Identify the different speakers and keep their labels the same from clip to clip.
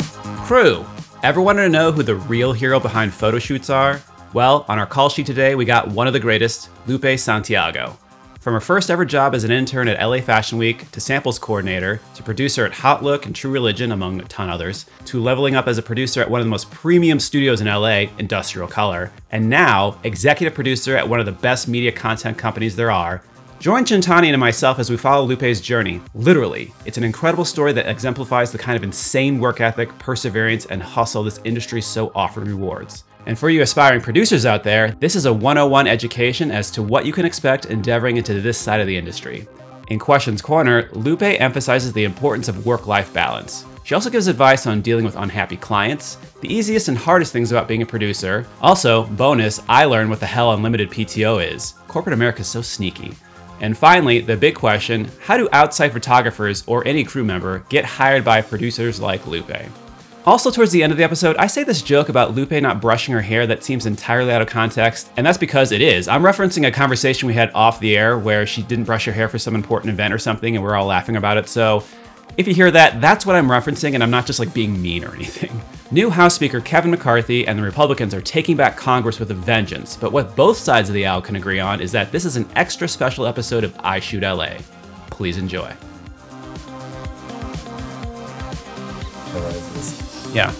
Speaker 1: Crew! Ever wanted to know who the real hero behind photo shoots are? Well, on our call sheet today, we got one of the greatest, Lupe Santiago. From her first ever job as an intern at LA Fashion Week, to samples coordinator, to producer at Hot Look and True Religion, among a ton others, to leveling up as a producer at one of the most premium studios in LA, Industrial Color, and now executive producer at one of the best media content companies there are, Join Chintani and myself as we follow Lupe's journey. Literally, it's an incredible story that exemplifies the kind of insane work ethic, perseverance, and hustle this industry so often rewards. And for you aspiring producers out there, this is a 101 education as to what you can expect endeavoring into this side of the industry. In Questions Corner, Lupe emphasizes the importance of work life balance. She also gives advice on dealing with unhappy clients, the easiest and hardest things about being a producer. Also, bonus, I learned what the hell unlimited PTO is. Corporate America is so sneaky. And finally, the big question how do outside photographers or any crew member get hired by producers like Lupe? Also, towards the end of the episode, I say this joke about Lupe not brushing her hair that seems entirely out of context, and that's because it is. I'm referencing a conversation we had off the air where she didn't brush her hair for some important event or something, and we're all laughing about it. So, if you hear that, that's what I'm referencing, and I'm not just like being mean or anything. New House Speaker Kevin McCarthy and the Republicans are taking back Congress with a vengeance, but what both sides of the aisle can agree on is that this is an extra special episode of I Shoot LA. Please enjoy. Yeah.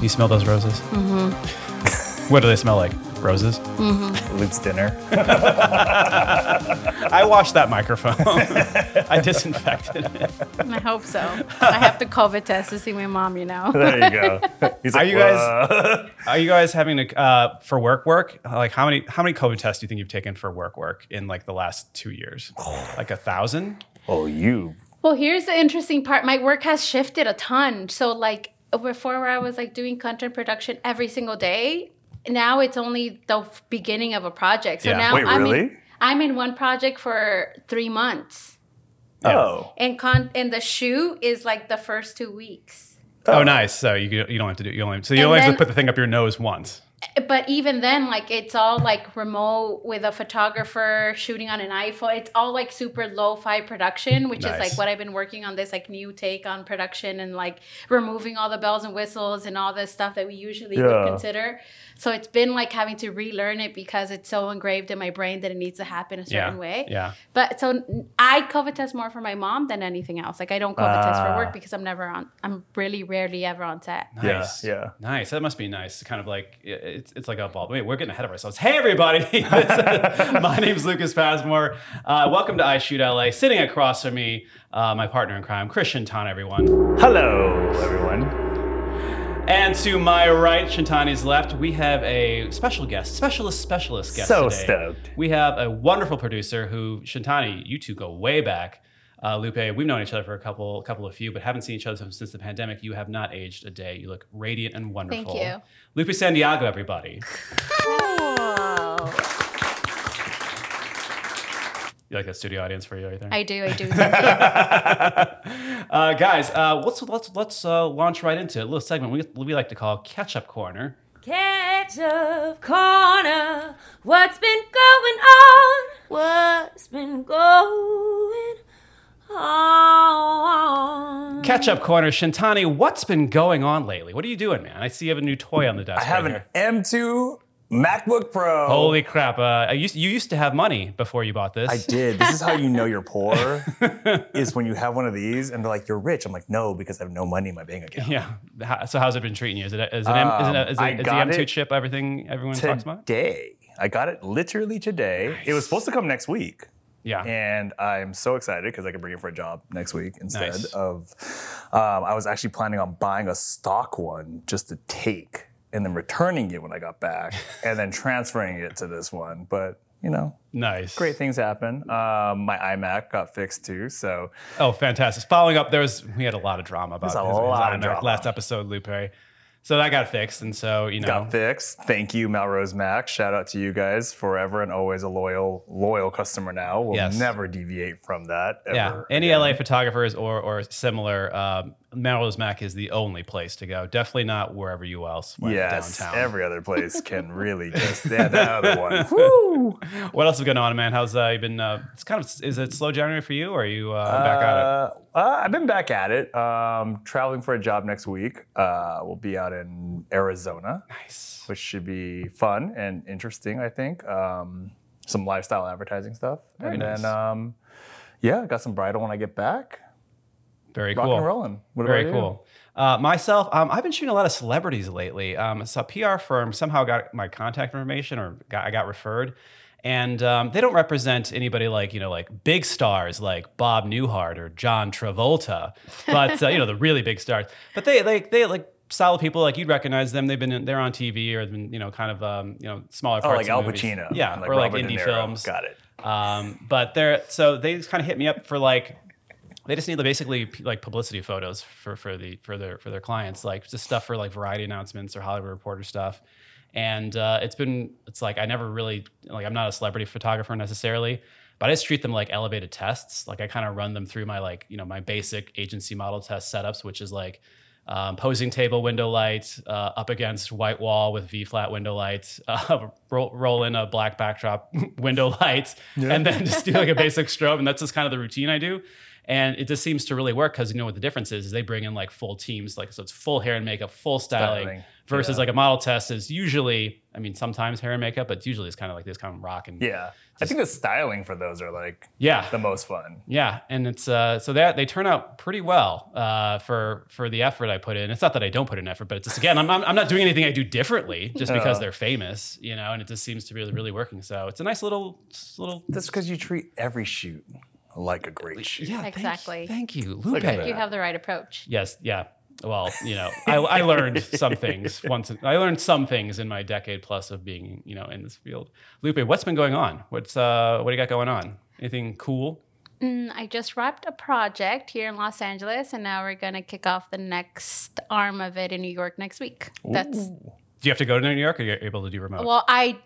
Speaker 1: You smell those roses? Mm-hmm.
Speaker 2: Mm-hmm.
Speaker 1: what do they smell like? Roses?
Speaker 3: Luke's dinner.
Speaker 1: I washed that microphone, I disinfected it.
Speaker 2: I hope so. I have to COVID test to see my mom, you know.
Speaker 3: There you go. He's
Speaker 1: Are you guys-
Speaker 3: "Whoa."
Speaker 1: Are you guys having to uh, for work work? Like how many how many COVID tests do you think you've taken for work work in like the last two years? Like a thousand?
Speaker 3: Oh, you.
Speaker 2: Well, here's the interesting part. My work has shifted a ton. So like before where I was like doing content production every single day, now it's only the f- beginning of a project. So
Speaker 1: Yeah.
Speaker 2: now
Speaker 3: Wait,
Speaker 2: I'm
Speaker 3: really?
Speaker 2: in, I'm in one project for 3 months.
Speaker 3: Oh.
Speaker 2: And con- and the shoot is like the first 2 weeks.
Speaker 1: Oh, nice. So you you don't have to do you only so you
Speaker 2: And
Speaker 1: only have to
Speaker 2: then-
Speaker 1: put the thing up your nose once.
Speaker 2: But even then like it's all like remote with a photographer shooting on an iPhone. It's all like super lo-fi production, which is
Speaker 1: Nice.
Speaker 2: like what I've been working on this like new take on production and like removing all the bells and whistles and all the stuff that we usually
Speaker 3: Yeah.
Speaker 2: would consider. So it's been like having to relearn it because it's so engraved in my brain that it needs to happen a certain
Speaker 1: yeah.
Speaker 2: way.
Speaker 1: Yeah.
Speaker 2: But so n- I COVID test more for my mom than anything else. Like I don't COVID test for
Speaker 3: Ah.
Speaker 2: work because I'm never on. I'm really rarely ever on set.
Speaker 3: Yeah,
Speaker 1: Nice.
Speaker 3: yeah.
Speaker 1: Nice. That must be nice. Kind of like it- it's, it's like a ball. Wait, we're getting ahead of ourselves. Hey, everybody. my name's Lucas Passmore. Uh, welcome to I Shoot LA. Sitting across from me, uh, my partner in crime, Christian Ton, everyone.
Speaker 3: Hello, everyone.
Speaker 1: And to my right, Shantani's left, we have a special guest, specialist, specialist guest.
Speaker 3: So
Speaker 1: today.
Speaker 3: stoked.
Speaker 1: We have a wonderful producer who Shantani, you two go way back. Uh, Lupe, we've known each other for a couple, couple of few, but haven't seen each other since the pandemic. You have not aged a day. You look radiant and wonderful.
Speaker 2: you.
Speaker 1: Lupe Santiago, everybody. You like that studio audience for you right there?
Speaker 2: I do. I do.
Speaker 1: uh, guys, uh, let's let's let's uh, launch right into a little segment we, we like to call Catch Up Corner.
Speaker 4: Ketchup Corner. What's been going on? What's been going on?
Speaker 1: Catch Up Corner, Shintani, what's been going on lately? What are you doing, man? I see you have a new toy on the desk.
Speaker 3: I have
Speaker 1: right
Speaker 3: an
Speaker 1: here.
Speaker 3: M2 MacBook Pro.
Speaker 1: Holy crap! Uh, I used you used to have money before you bought this.
Speaker 3: I did. This is how you know you're poor is when you have one of these and they're like, you're rich. I'm like, no, because I have no money in my bank account.
Speaker 1: Yeah. How- So how's it been treating you? Is it is it, M- is it,
Speaker 3: Um,
Speaker 1: is
Speaker 3: I
Speaker 1: it, is the
Speaker 3: got
Speaker 1: M2
Speaker 3: it
Speaker 1: chip everything everyone talks about?
Speaker 3: Today. I got it literally today. It was supposed to come next week.
Speaker 1: Yeah.
Speaker 3: and I'm so excited because I can bring it for a job next week instead
Speaker 1: Nice.
Speaker 3: of. Um, I was actually planning on buying a stock one just to take and then returning it when I got back and then transferring it to this one, but. You know,
Speaker 1: nice.
Speaker 3: great things happen. Um, my iMac got fixed too, so
Speaker 1: Oh, fantastic! Following up, there was we had a lot of drama about
Speaker 3: There's a
Speaker 1: his- his
Speaker 3: lot of
Speaker 1: iMac
Speaker 3: drama.
Speaker 1: last episode, Lupe. So that got fixed, and so you know,
Speaker 3: got fixed. Thank you, Melrose Mac. Shout out to you guys, forever and always a loyal, loyal customer. Now we'll
Speaker 1: Yes.
Speaker 3: never deviate from that. Ever.
Speaker 1: yeah. Any LA photographers or or similar um, Melrose Mac is the only place to go. Definitely not wherever you else went
Speaker 3: yes,
Speaker 1: downtown.
Speaker 3: every other place can really just that other one.
Speaker 1: What else is going on, man? How's uh, you been? Uh, it's kind of is it slow January for you, or are you uh, back on it?
Speaker 3: Uh, uh, I've been back at it. Um, traveling for a job next week. Uh, we'll be out in Arizona,
Speaker 1: Nice.
Speaker 3: which should be fun and interesting. I think um, some lifestyle advertising stuff,
Speaker 1: Very
Speaker 3: and
Speaker 1: nice.
Speaker 3: then um, yeah, got some bridal when I get back.
Speaker 1: Very
Speaker 3: Rock
Speaker 1: cool.
Speaker 3: and rolling. What
Speaker 1: Very
Speaker 3: about you?
Speaker 1: cool. Uh, myself, um, I've been shooting a lot of celebrities lately. Um, it's a PR firm somehow got my contact information, or got, I got referred, and um, they don't represent anybody like you know like big stars like Bob Newhart or John Travolta, but uh, you know the really big stars. But they like they like solid people like you'd recognize them. They've been in, they're on TV or been you know kind of um, you know smaller.
Speaker 3: Oh,
Speaker 1: parts
Speaker 3: like
Speaker 1: of
Speaker 3: Al
Speaker 1: movies.
Speaker 3: Pacino.
Speaker 1: yeah,
Speaker 3: and
Speaker 1: or like
Speaker 3: Robert De
Speaker 1: indie
Speaker 3: Niro.
Speaker 1: films.
Speaker 3: Got it.
Speaker 1: Um, but they're so they just kind of hit me up for like they just need like, basically p- like publicity photos for for the for their for their clients, like just stuff for like variety announcements or Hollywood Reporter stuff. And uh, it's been it's like I never really like I'm not a celebrity photographer necessarily, but I just treat them like elevated tests. Like I kind of run them through my like you know my basic agency model test setups, which is like. Um, posing table window light uh, up against white wall with V flat window lights, uh, roll, roll in a black backdrop window light, and then just do like a basic strobe. And that's just kind of the routine I do. And it just seems to really work because you know what the difference is, is they bring in like full teams, like so it's full hair and makeup, full styling,
Speaker 3: Styling,
Speaker 1: versus
Speaker 3: yeah.
Speaker 1: like a model test is usually, I mean, sometimes hair and makeup, but usually it's kind of like this kind of rock and
Speaker 3: Yeah, I think the styling for those are like
Speaker 1: yeah,
Speaker 3: the most fun.
Speaker 1: yeah, and it's uh, so that they turn out pretty well uh, for for the effort I put in. It's not that I don't put in effort, but it's just again, I'm I'm, I'm not doing anything I do differently just because
Speaker 3: Uh.
Speaker 1: they're famous, you know, and it just seems to be really working. So it's a nice little just little.
Speaker 3: That's because you treat every shoot like a great shoot.
Speaker 1: Yeah, thank you-
Speaker 2: Exactly.
Speaker 1: Thank you, Lupe.
Speaker 3: at that.
Speaker 2: You have the right approach.
Speaker 1: Yes, yeah. Well, you know, I, I learned some things once. I learned some things in my decade plus of being, you know, in this field. Lupe, what's been going on? What's uh, what do you got going on? Anything cool?
Speaker 2: Mm, I just wrapped a project here in Los Angeles, and now we're gonna kick off the next arm of it in New York next week. That's
Speaker 1: Do you have to go to New York, or you're able to do remote?
Speaker 2: well, I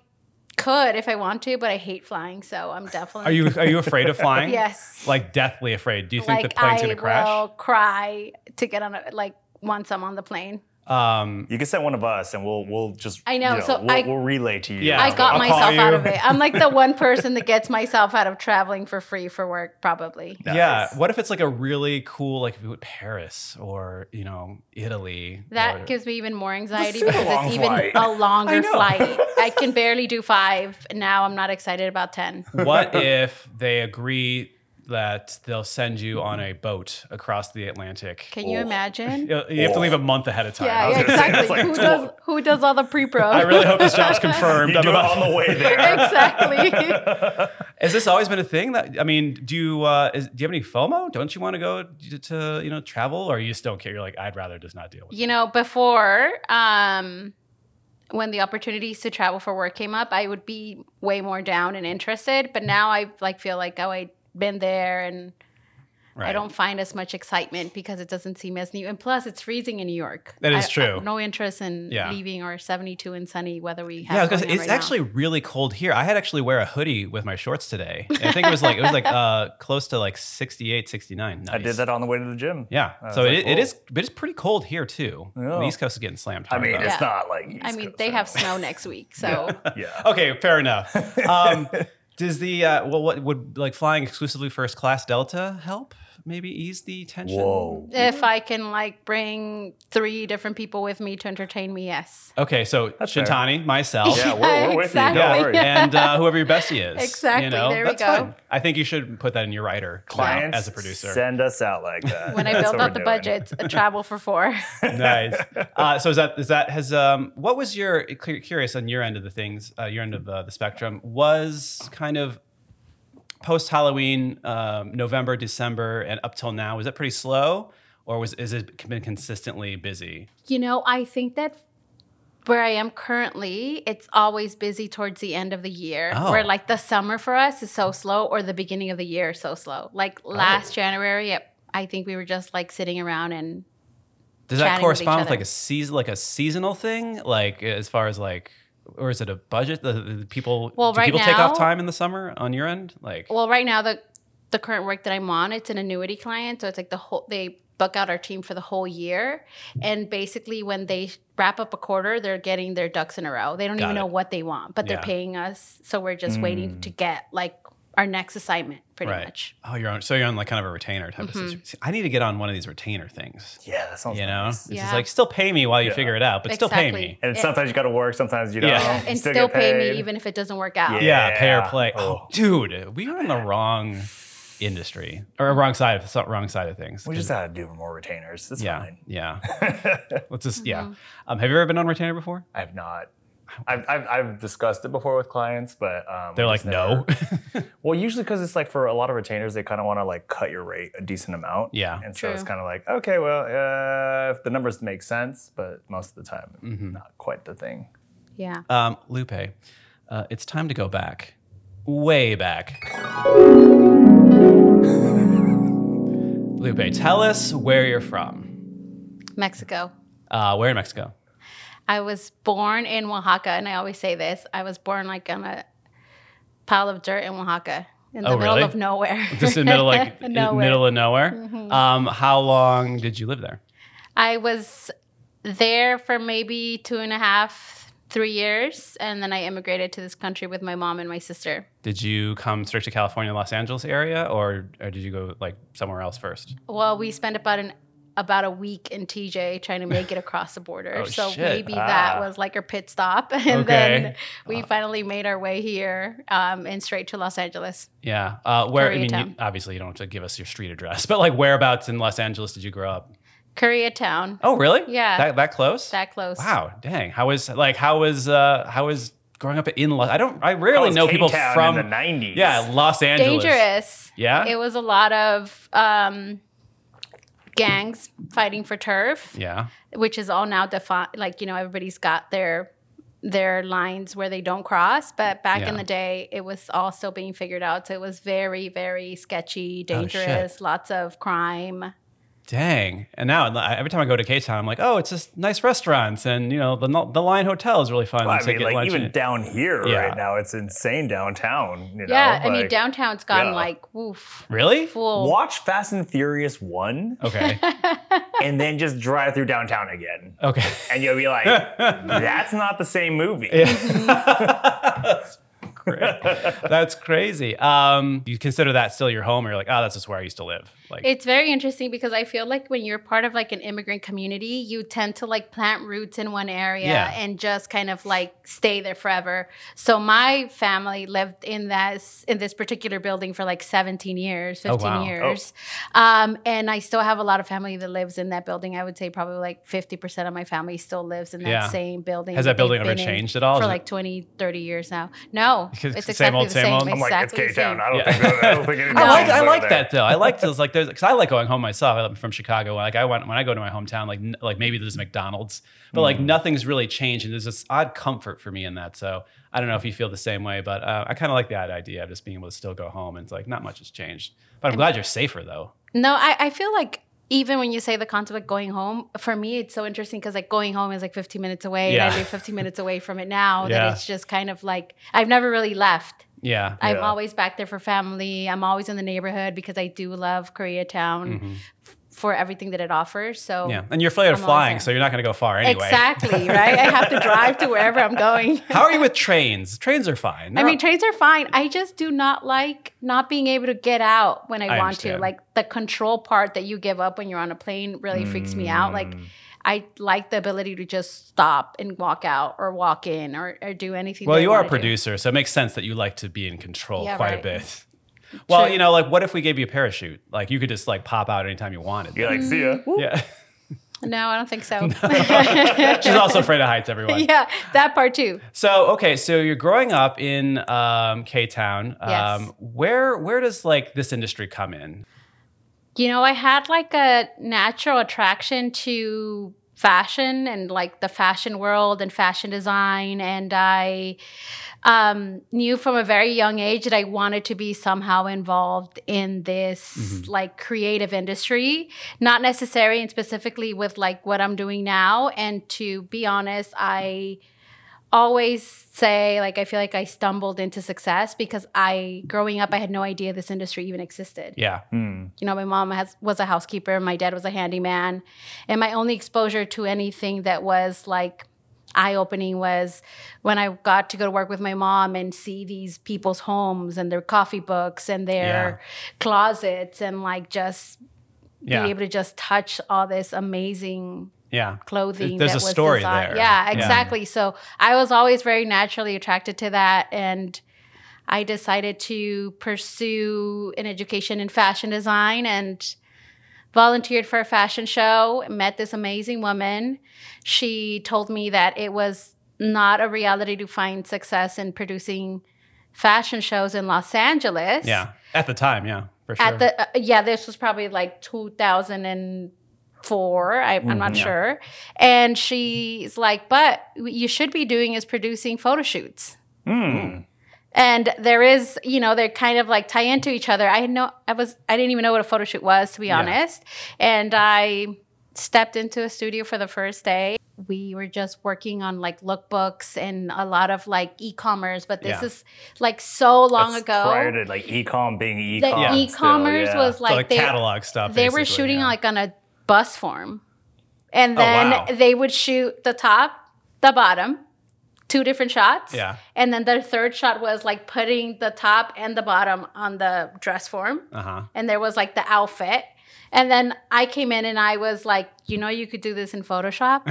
Speaker 2: could if I want to, but I hate flying, so I'm
Speaker 1: Are
Speaker 2: definitely
Speaker 1: you are you afraid of flying?
Speaker 2: Yes.
Speaker 1: Like deathly afraid. Do you think
Speaker 2: like
Speaker 1: the plane's
Speaker 2: I
Speaker 1: gonna crash?
Speaker 2: will cry to get on a like once I'm on the plane.
Speaker 1: Um,
Speaker 3: You can send one of us, and we'll we'll just
Speaker 2: I know,
Speaker 3: you
Speaker 2: so
Speaker 3: we'll,
Speaker 2: I-
Speaker 3: we'll relay to you.
Speaker 1: Yeah.
Speaker 2: I got
Speaker 1: I'll call
Speaker 2: myself out
Speaker 1: you.
Speaker 2: of it. I'm like the one person that gets myself out of traveling for free for work, probably.
Speaker 1: Yeah. What if it's like a really cool, like if we went Paris or you know Italy?
Speaker 2: That
Speaker 1: or-
Speaker 2: gives me even more anxiety
Speaker 3: super
Speaker 2: because
Speaker 3: long
Speaker 2: it's even
Speaker 3: flight.
Speaker 2: a longer
Speaker 1: know.
Speaker 2: flight. I can barely do five. Now I'm not excited about 10.
Speaker 1: what if they agree that they'll send you on a boat across the Atlantic?
Speaker 2: Can you imagine?
Speaker 1: You you have to
Speaker 3: Oh.
Speaker 1: leave a month ahead of time.
Speaker 2: Yeah,
Speaker 1: Oh. I,
Speaker 2: yeah
Speaker 1: was gonna say,
Speaker 2: exactly.
Speaker 3: that's like
Speaker 2: who,
Speaker 3: twelve.
Speaker 2: does, who does all the pre pro?
Speaker 1: I really hope this job's confirmed.
Speaker 3: You
Speaker 1: I'm
Speaker 3: do it
Speaker 1: about-
Speaker 3: on the way there.
Speaker 2: exactly.
Speaker 1: Has this always been a thing? That I mean, do you uh, is, do you have any FOMO? Don't you want to go to, to you know travel, or you just don't care? You're like, I'd rather just not deal with. it.
Speaker 2: you know before um when the opportunities to travel for work came up i would be way more down and interested but now i like feel like oh i've been there and
Speaker 1: Right.
Speaker 2: i don't find as much excitement because it doesn't seem as new and plus it's freezing in new york
Speaker 1: That is
Speaker 2: I- I-
Speaker 1: true.
Speaker 2: no interest in
Speaker 1: Yeah.
Speaker 2: leaving our 72 and sunny weather we have
Speaker 1: Yeah, I was gonna
Speaker 2: going
Speaker 1: say,
Speaker 2: on
Speaker 1: it's
Speaker 2: right now.
Speaker 1: actually really cold here. I had actually wear a hoodie with my shorts today. And I think it was like it was like uh close to like 68, 69.
Speaker 3: I did
Speaker 1: Nice.
Speaker 3: that on the way to the gym.
Speaker 1: Yeah.
Speaker 3: I was
Speaker 1: so
Speaker 3: like,
Speaker 1: it, it
Speaker 3: "Whoa."
Speaker 1: is but it's pretty cold here too. The
Speaker 3: Yeah.
Speaker 1: East Coast is getting slammed
Speaker 3: I
Speaker 1: hard.
Speaker 3: mean,
Speaker 1: though.
Speaker 3: it's
Speaker 2: Yeah.
Speaker 3: not like. East
Speaker 2: i mean
Speaker 3: Coast
Speaker 2: they
Speaker 3: or
Speaker 2: have
Speaker 3: anything.
Speaker 2: snow next week so
Speaker 3: Yeah.
Speaker 1: Okay, fair enough. Um does the uh well what would like flying exclusively first class Delta help? Maybe ease the tension?
Speaker 3: Whoa.
Speaker 2: if i can like bring three different people with me to entertain me yes
Speaker 1: Okay, so
Speaker 3: fair.
Speaker 1: Shintani, myself.
Speaker 3: Yeah, we're, we're with you.
Speaker 2: Exactly.
Speaker 3: Don't
Speaker 1: Yeah,
Speaker 3: worry.
Speaker 1: and uh, whoever your bestie is. You
Speaker 2: Exactly,
Speaker 1: know,
Speaker 2: there we
Speaker 1: that's
Speaker 2: go.
Speaker 1: fine. I think you should put that in your writer
Speaker 3: Clients,
Speaker 1: as a producer.
Speaker 3: send us out like that.
Speaker 2: when i
Speaker 3: That's
Speaker 2: build
Speaker 3: what
Speaker 2: out the
Speaker 3: we're doing.
Speaker 2: budget a travel for four
Speaker 1: nice. Uh, so is that is that has um what was your cu- curious on your end of the things uh, your end of uh, the spectrum was kind of post Halloween um, November December and up till now was that pretty slow or was is it been consistently busy?
Speaker 2: You know, I think that where I am currently, it's always busy towards the end of the year.
Speaker 1: Oh.
Speaker 2: Where like the summer for us is so slow, or the beginning of the year is so slow. Like
Speaker 3: Oh.
Speaker 2: last January, it, I think we were just like sitting around and
Speaker 1: Does
Speaker 2: Chatting
Speaker 1: that
Speaker 2: with
Speaker 1: correspond with
Speaker 2: each other.
Speaker 1: like a season like a seasonal thing like as far as like or is it a budget? The, the people
Speaker 2: Well,
Speaker 1: do
Speaker 2: right
Speaker 1: people take off
Speaker 2: now-
Speaker 1: time in the summer on your end? Like
Speaker 2: well, right now the the current work that I'm on, it's an annuity client, so it's like the whole they book out our team for the whole year. And basically, when they wrap up a quarter, they're getting their ducks in a row. They don't
Speaker 1: Got
Speaker 2: even know
Speaker 1: it.
Speaker 2: what they want,
Speaker 1: Yeah.
Speaker 2: but
Speaker 1: Mm.
Speaker 2: they're paying us. So we're just waiting to get like our next assignment, pretty
Speaker 1: right.
Speaker 2: much. Mm-hmm.
Speaker 1: Oh, you're on. So you're on like kind of a retainer type of situation. I need to get on one of these retainer things.
Speaker 3: Yeah, that sounds
Speaker 1: You know,
Speaker 3: Oh, nice.
Speaker 1: it's just
Speaker 2: Yeah.
Speaker 1: like still pay me while you figure it out, but still pay
Speaker 2: Exactly.
Speaker 1: me.
Speaker 3: And
Speaker 2: Yeah.
Speaker 3: sometimes you got to work, sometimes you don't.
Speaker 1: Yeah.
Speaker 3: you
Speaker 2: And still, pay
Speaker 3: get
Speaker 2: me
Speaker 3: paid.
Speaker 2: even if it doesn't work out.
Speaker 1: Yeah, pay or
Speaker 3: Yeah.
Speaker 1: play.
Speaker 3: Oh.
Speaker 1: Oh, dude, we were in the wrong industry or wrong side of wrong side of things.
Speaker 3: We just had to do more retainers. It's
Speaker 1: yeah,
Speaker 3: fine.
Speaker 1: yeah. Let's just yeah. Um, have you ever been on retainer before?
Speaker 3: I've not. I've, I've, I've discussed it before with clients, but um,
Speaker 1: They're
Speaker 3: I
Speaker 1: like,
Speaker 3: just never-
Speaker 1: no.
Speaker 3: Well, usually because it's like for a lot of retainers, they kind of want to like cut your rate a decent amount.
Speaker 1: Yeah.
Speaker 3: And so it's
Speaker 2: True.
Speaker 3: kind of like, okay, well, uh, if the numbers make sense, but most of the time,
Speaker 1: Mm-hmm.
Speaker 3: not quite the thing.
Speaker 2: Yeah.
Speaker 1: um, Lupe, uh, it's time to go back, way back. Lupe, tell us where you're from.
Speaker 2: Mexico.
Speaker 1: Uh, where in Mexico?
Speaker 2: I was born in Oaxaca, and I always say this. I was born like on a pile of dirt in Oaxaca, in the
Speaker 1: Oh,
Speaker 2: middle
Speaker 1: really?
Speaker 2: of nowhere.
Speaker 1: Just in the middle, like in the
Speaker 2: Nowhere. Mm-hmm.
Speaker 1: middle of nowhere. Um, how long did you live there?
Speaker 2: I was there for maybe two and a half, three years, and then I immigrated to this country with my mom and my sister.
Speaker 1: Did you come straight to California, Los Angeles area, or, or did you go like somewhere else first?
Speaker 2: Well, we spent about an about a week in TJ trying to make it across the border.
Speaker 1: Oh,
Speaker 2: so
Speaker 1: shit.
Speaker 2: maybe
Speaker 3: Ah.
Speaker 2: that was like our pit stop, and
Speaker 1: Okay.
Speaker 2: then we finally made our way here um, and straight to Los Angeles.
Speaker 1: Yeah. Uh, where? I mean, you,
Speaker 2: Koreatown.
Speaker 1: obviously, you don't have to give us your street address, but like whereabouts in Los Angeles did you grow up?
Speaker 2: Koreatown,
Speaker 1: Oh, really?
Speaker 2: Yeah.
Speaker 1: That, that close?
Speaker 2: that close.
Speaker 1: Wow, dang. How was like how was uh how was growing up in Los I don't I rarely know people
Speaker 3: K-Town
Speaker 1: from
Speaker 3: in the 90s.
Speaker 1: Yeah, Los Angeles.
Speaker 2: dangerous.
Speaker 1: Yeah?
Speaker 2: It was a lot of um, gangs fighting for turf,
Speaker 1: Yeah.
Speaker 2: which is all now defined. Like you know, everybody's got their their lines where they don't cross. But back in
Speaker 1: Yeah.
Speaker 2: the day, it was all still being figured out. So it was very, very sketchy,
Speaker 1: Oh, shit.
Speaker 2: dangerous, lots of crime.
Speaker 1: Dang. And now I- every time I go to K Town, I'm like, oh, it's just nice restaurants and you know, the the line hotel is really fun
Speaker 3: Well, I
Speaker 1: to
Speaker 3: mean,
Speaker 1: get
Speaker 3: like
Speaker 1: lunch
Speaker 3: even
Speaker 1: in.
Speaker 3: down here
Speaker 1: Yeah.
Speaker 3: right now, it's insane downtown. You know,
Speaker 2: yeah, I mean,
Speaker 3: like,
Speaker 2: downtown's gone
Speaker 3: yeah.
Speaker 2: like woof.
Speaker 1: Really?
Speaker 2: Full.
Speaker 3: Watch Fast and Furious one,
Speaker 1: Okay.
Speaker 3: and then just drive through downtown again,
Speaker 1: Okay.
Speaker 3: and you'll be like, "That's not the same movie."
Speaker 1: That's great. That's crazy. Um, you consider that still your home, or you're like, oh, that's just where I used to live. Like,
Speaker 2: It's very interesting because I feel like when you're part of like an immigrant community, you tend to like plant roots in one area
Speaker 1: Yeah.
Speaker 2: and just kind of like stay there forever. So my family lived in this in this particular building for like 17 years, 15
Speaker 1: Oh, wow.
Speaker 2: years. Um, and I still have a lot of family that lives in that building. I would say probably like 50% of my family still lives in that
Speaker 1: Yeah.
Speaker 2: same building.
Speaker 1: Has that
Speaker 2: they've
Speaker 1: building ever
Speaker 2: been in
Speaker 1: changed at all? Is
Speaker 2: For
Speaker 1: it-
Speaker 2: like 20, 30 years now. No, it's
Speaker 1: Same
Speaker 2: exactly
Speaker 1: old,
Speaker 2: the
Speaker 1: same
Speaker 2: same.
Speaker 1: old?
Speaker 3: I'm like, it's
Speaker 2: exactly
Speaker 3: K
Speaker 2: the
Speaker 3: Town.
Speaker 2: same.
Speaker 3: I don't
Speaker 1: Yeah.
Speaker 3: think I don't think anything
Speaker 1: I like
Speaker 3: changes
Speaker 1: I
Speaker 3: over
Speaker 1: like
Speaker 3: there.
Speaker 1: that though. I like those like there's because I like going home myself. I'm from Chicago. Like I went when I go to my hometown. Like n- like maybe there's McDonald's, but
Speaker 3: Mm.
Speaker 1: like nothing's really changed, and there's this odd comfort for me in that. So I don't know if you feel the same way, but uh, I kind of like that idea of just being able to still go home and it's like not much has changed. But I'm glad you're safer though.
Speaker 2: No, I, I feel like even when you say the concept of going home, for me, it's so interesting because like going home is like 15 minutes away and
Speaker 1: Yeah.
Speaker 2: I live 15 minutes away from it now.
Speaker 1: Yeah.
Speaker 2: That it's just kind of like, I've never really left.
Speaker 1: Yeah.
Speaker 2: I'm
Speaker 3: Yeah.
Speaker 2: always back there for family. I'm always in the neighborhood because I do love Koreatown f- for everything that it offers. So,
Speaker 1: Mm-hmm. yeah, and you're afraid of
Speaker 2: I'm always
Speaker 1: flying,
Speaker 2: there.
Speaker 1: so you're not going to go far anyway.
Speaker 2: exactly, right? I have to drive to wherever I'm going.
Speaker 1: How are you with trains? Trains are fine.
Speaker 2: I
Speaker 1: They're-
Speaker 2: mean, trains are fine. I just do not like not being able to get out when I,
Speaker 1: I
Speaker 2: want
Speaker 1: understand.
Speaker 2: to. Like the control part that you give up when you're on a plane really freaks me out. Like
Speaker 1: Mm.
Speaker 2: I like the ability to just stop and walk out or walk in or, or do anything.
Speaker 1: Well,
Speaker 2: that I
Speaker 1: you are a
Speaker 2: wanna do.
Speaker 1: producer, so it makes sense that you like to be in control
Speaker 2: Yeah,
Speaker 1: quite a
Speaker 2: right.
Speaker 1: bit. Well,
Speaker 2: True.
Speaker 1: you know, like what if we gave you a parachute? Like you could just like pop out anytime you wanted.
Speaker 3: You're like, see ya.
Speaker 1: Yeah.
Speaker 2: No, I don't think so.
Speaker 1: She's also afraid of heights, everyone.
Speaker 2: yeah, that part too.
Speaker 1: So, okay, so you're growing up in um, K Town. Um,
Speaker 2: Yes.
Speaker 1: Where where does like this industry come in?
Speaker 2: You know, I had like a natural attraction to fashion and like the fashion world and fashion design. And I um, knew from a very young age that I wanted to be somehow involved in this like creative industry, not necessary and specifically with like what I'm doing now. And to be honest, I always say like I feel like I stumbled into success because I growing up I had no idea this industry even existed.
Speaker 1: Yeah.
Speaker 2: You know, my mom has, was a housekeeper, my dad was a handyman, and my only exposure to anything that was like eye opening was when I got to go to work with my mom and see these people's homes and their coffee books and their closets and like just
Speaker 1: Yeah.
Speaker 2: be able to just touch all this amazing
Speaker 1: yeah.
Speaker 2: clothing.
Speaker 1: There's
Speaker 2: that
Speaker 1: a
Speaker 2: was
Speaker 1: story
Speaker 2: designed.
Speaker 1: there.
Speaker 2: Yeah,
Speaker 1: Yeah.
Speaker 2: exactly. So I was always very naturally attracted to that, and I decided to pursue an education in fashion design and volunteered for a fashion show. Met this amazing woman. She told me that it was not a reality to find success in producing fashion shows in Los Angeles.
Speaker 1: Yeah. At the time, yeah, for sure.
Speaker 2: At the uh, yeah, this was probably like 2004. I, I'm
Speaker 3: Mm,
Speaker 2: not sure. And she's like, "But what you should be doing is producing photo shoots."
Speaker 3: Hmm.
Speaker 2: And there is, you know, they're kind of like tie into each other. I had no, I was, I didn't even know what a photo shoot was, to be honest. And I stepped into a studio for the first day. We were just working on like lookbooks and a lot of like e-commerce, but this
Speaker 1: Yeah.
Speaker 2: is like so long
Speaker 3: That's
Speaker 2: ago
Speaker 3: prior to like ecom being
Speaker 2: the
Speaker 3: ecom. still,
Speaker 2: e-commerce
Speaker 3: yeah.
Speaker 2: was
Speaker 1: so
Speaker 2: like,
Speaker 1: like
Speaker 2: they,
Speaker 1: catalog stuff.
Speaker 2: they were
Speaker 1: basically,
Speaker 2: shooting
Speaker 1: yeah.
Speaker 2: like on a bus form and
Speaker 1: Oh,
Speaker 2: then
Speaker 1: wow.
Speaker 2: they would shoot the top the bottom two different shots
Speaker 1: Yeah.
Speaker 2: and then their third shot was like putting the top and the bottom on the dress form
Speaker 1: Uh-huh.
Speaker 2: and there was like the outfit and then i came in and i was like you know you could do this in photoshop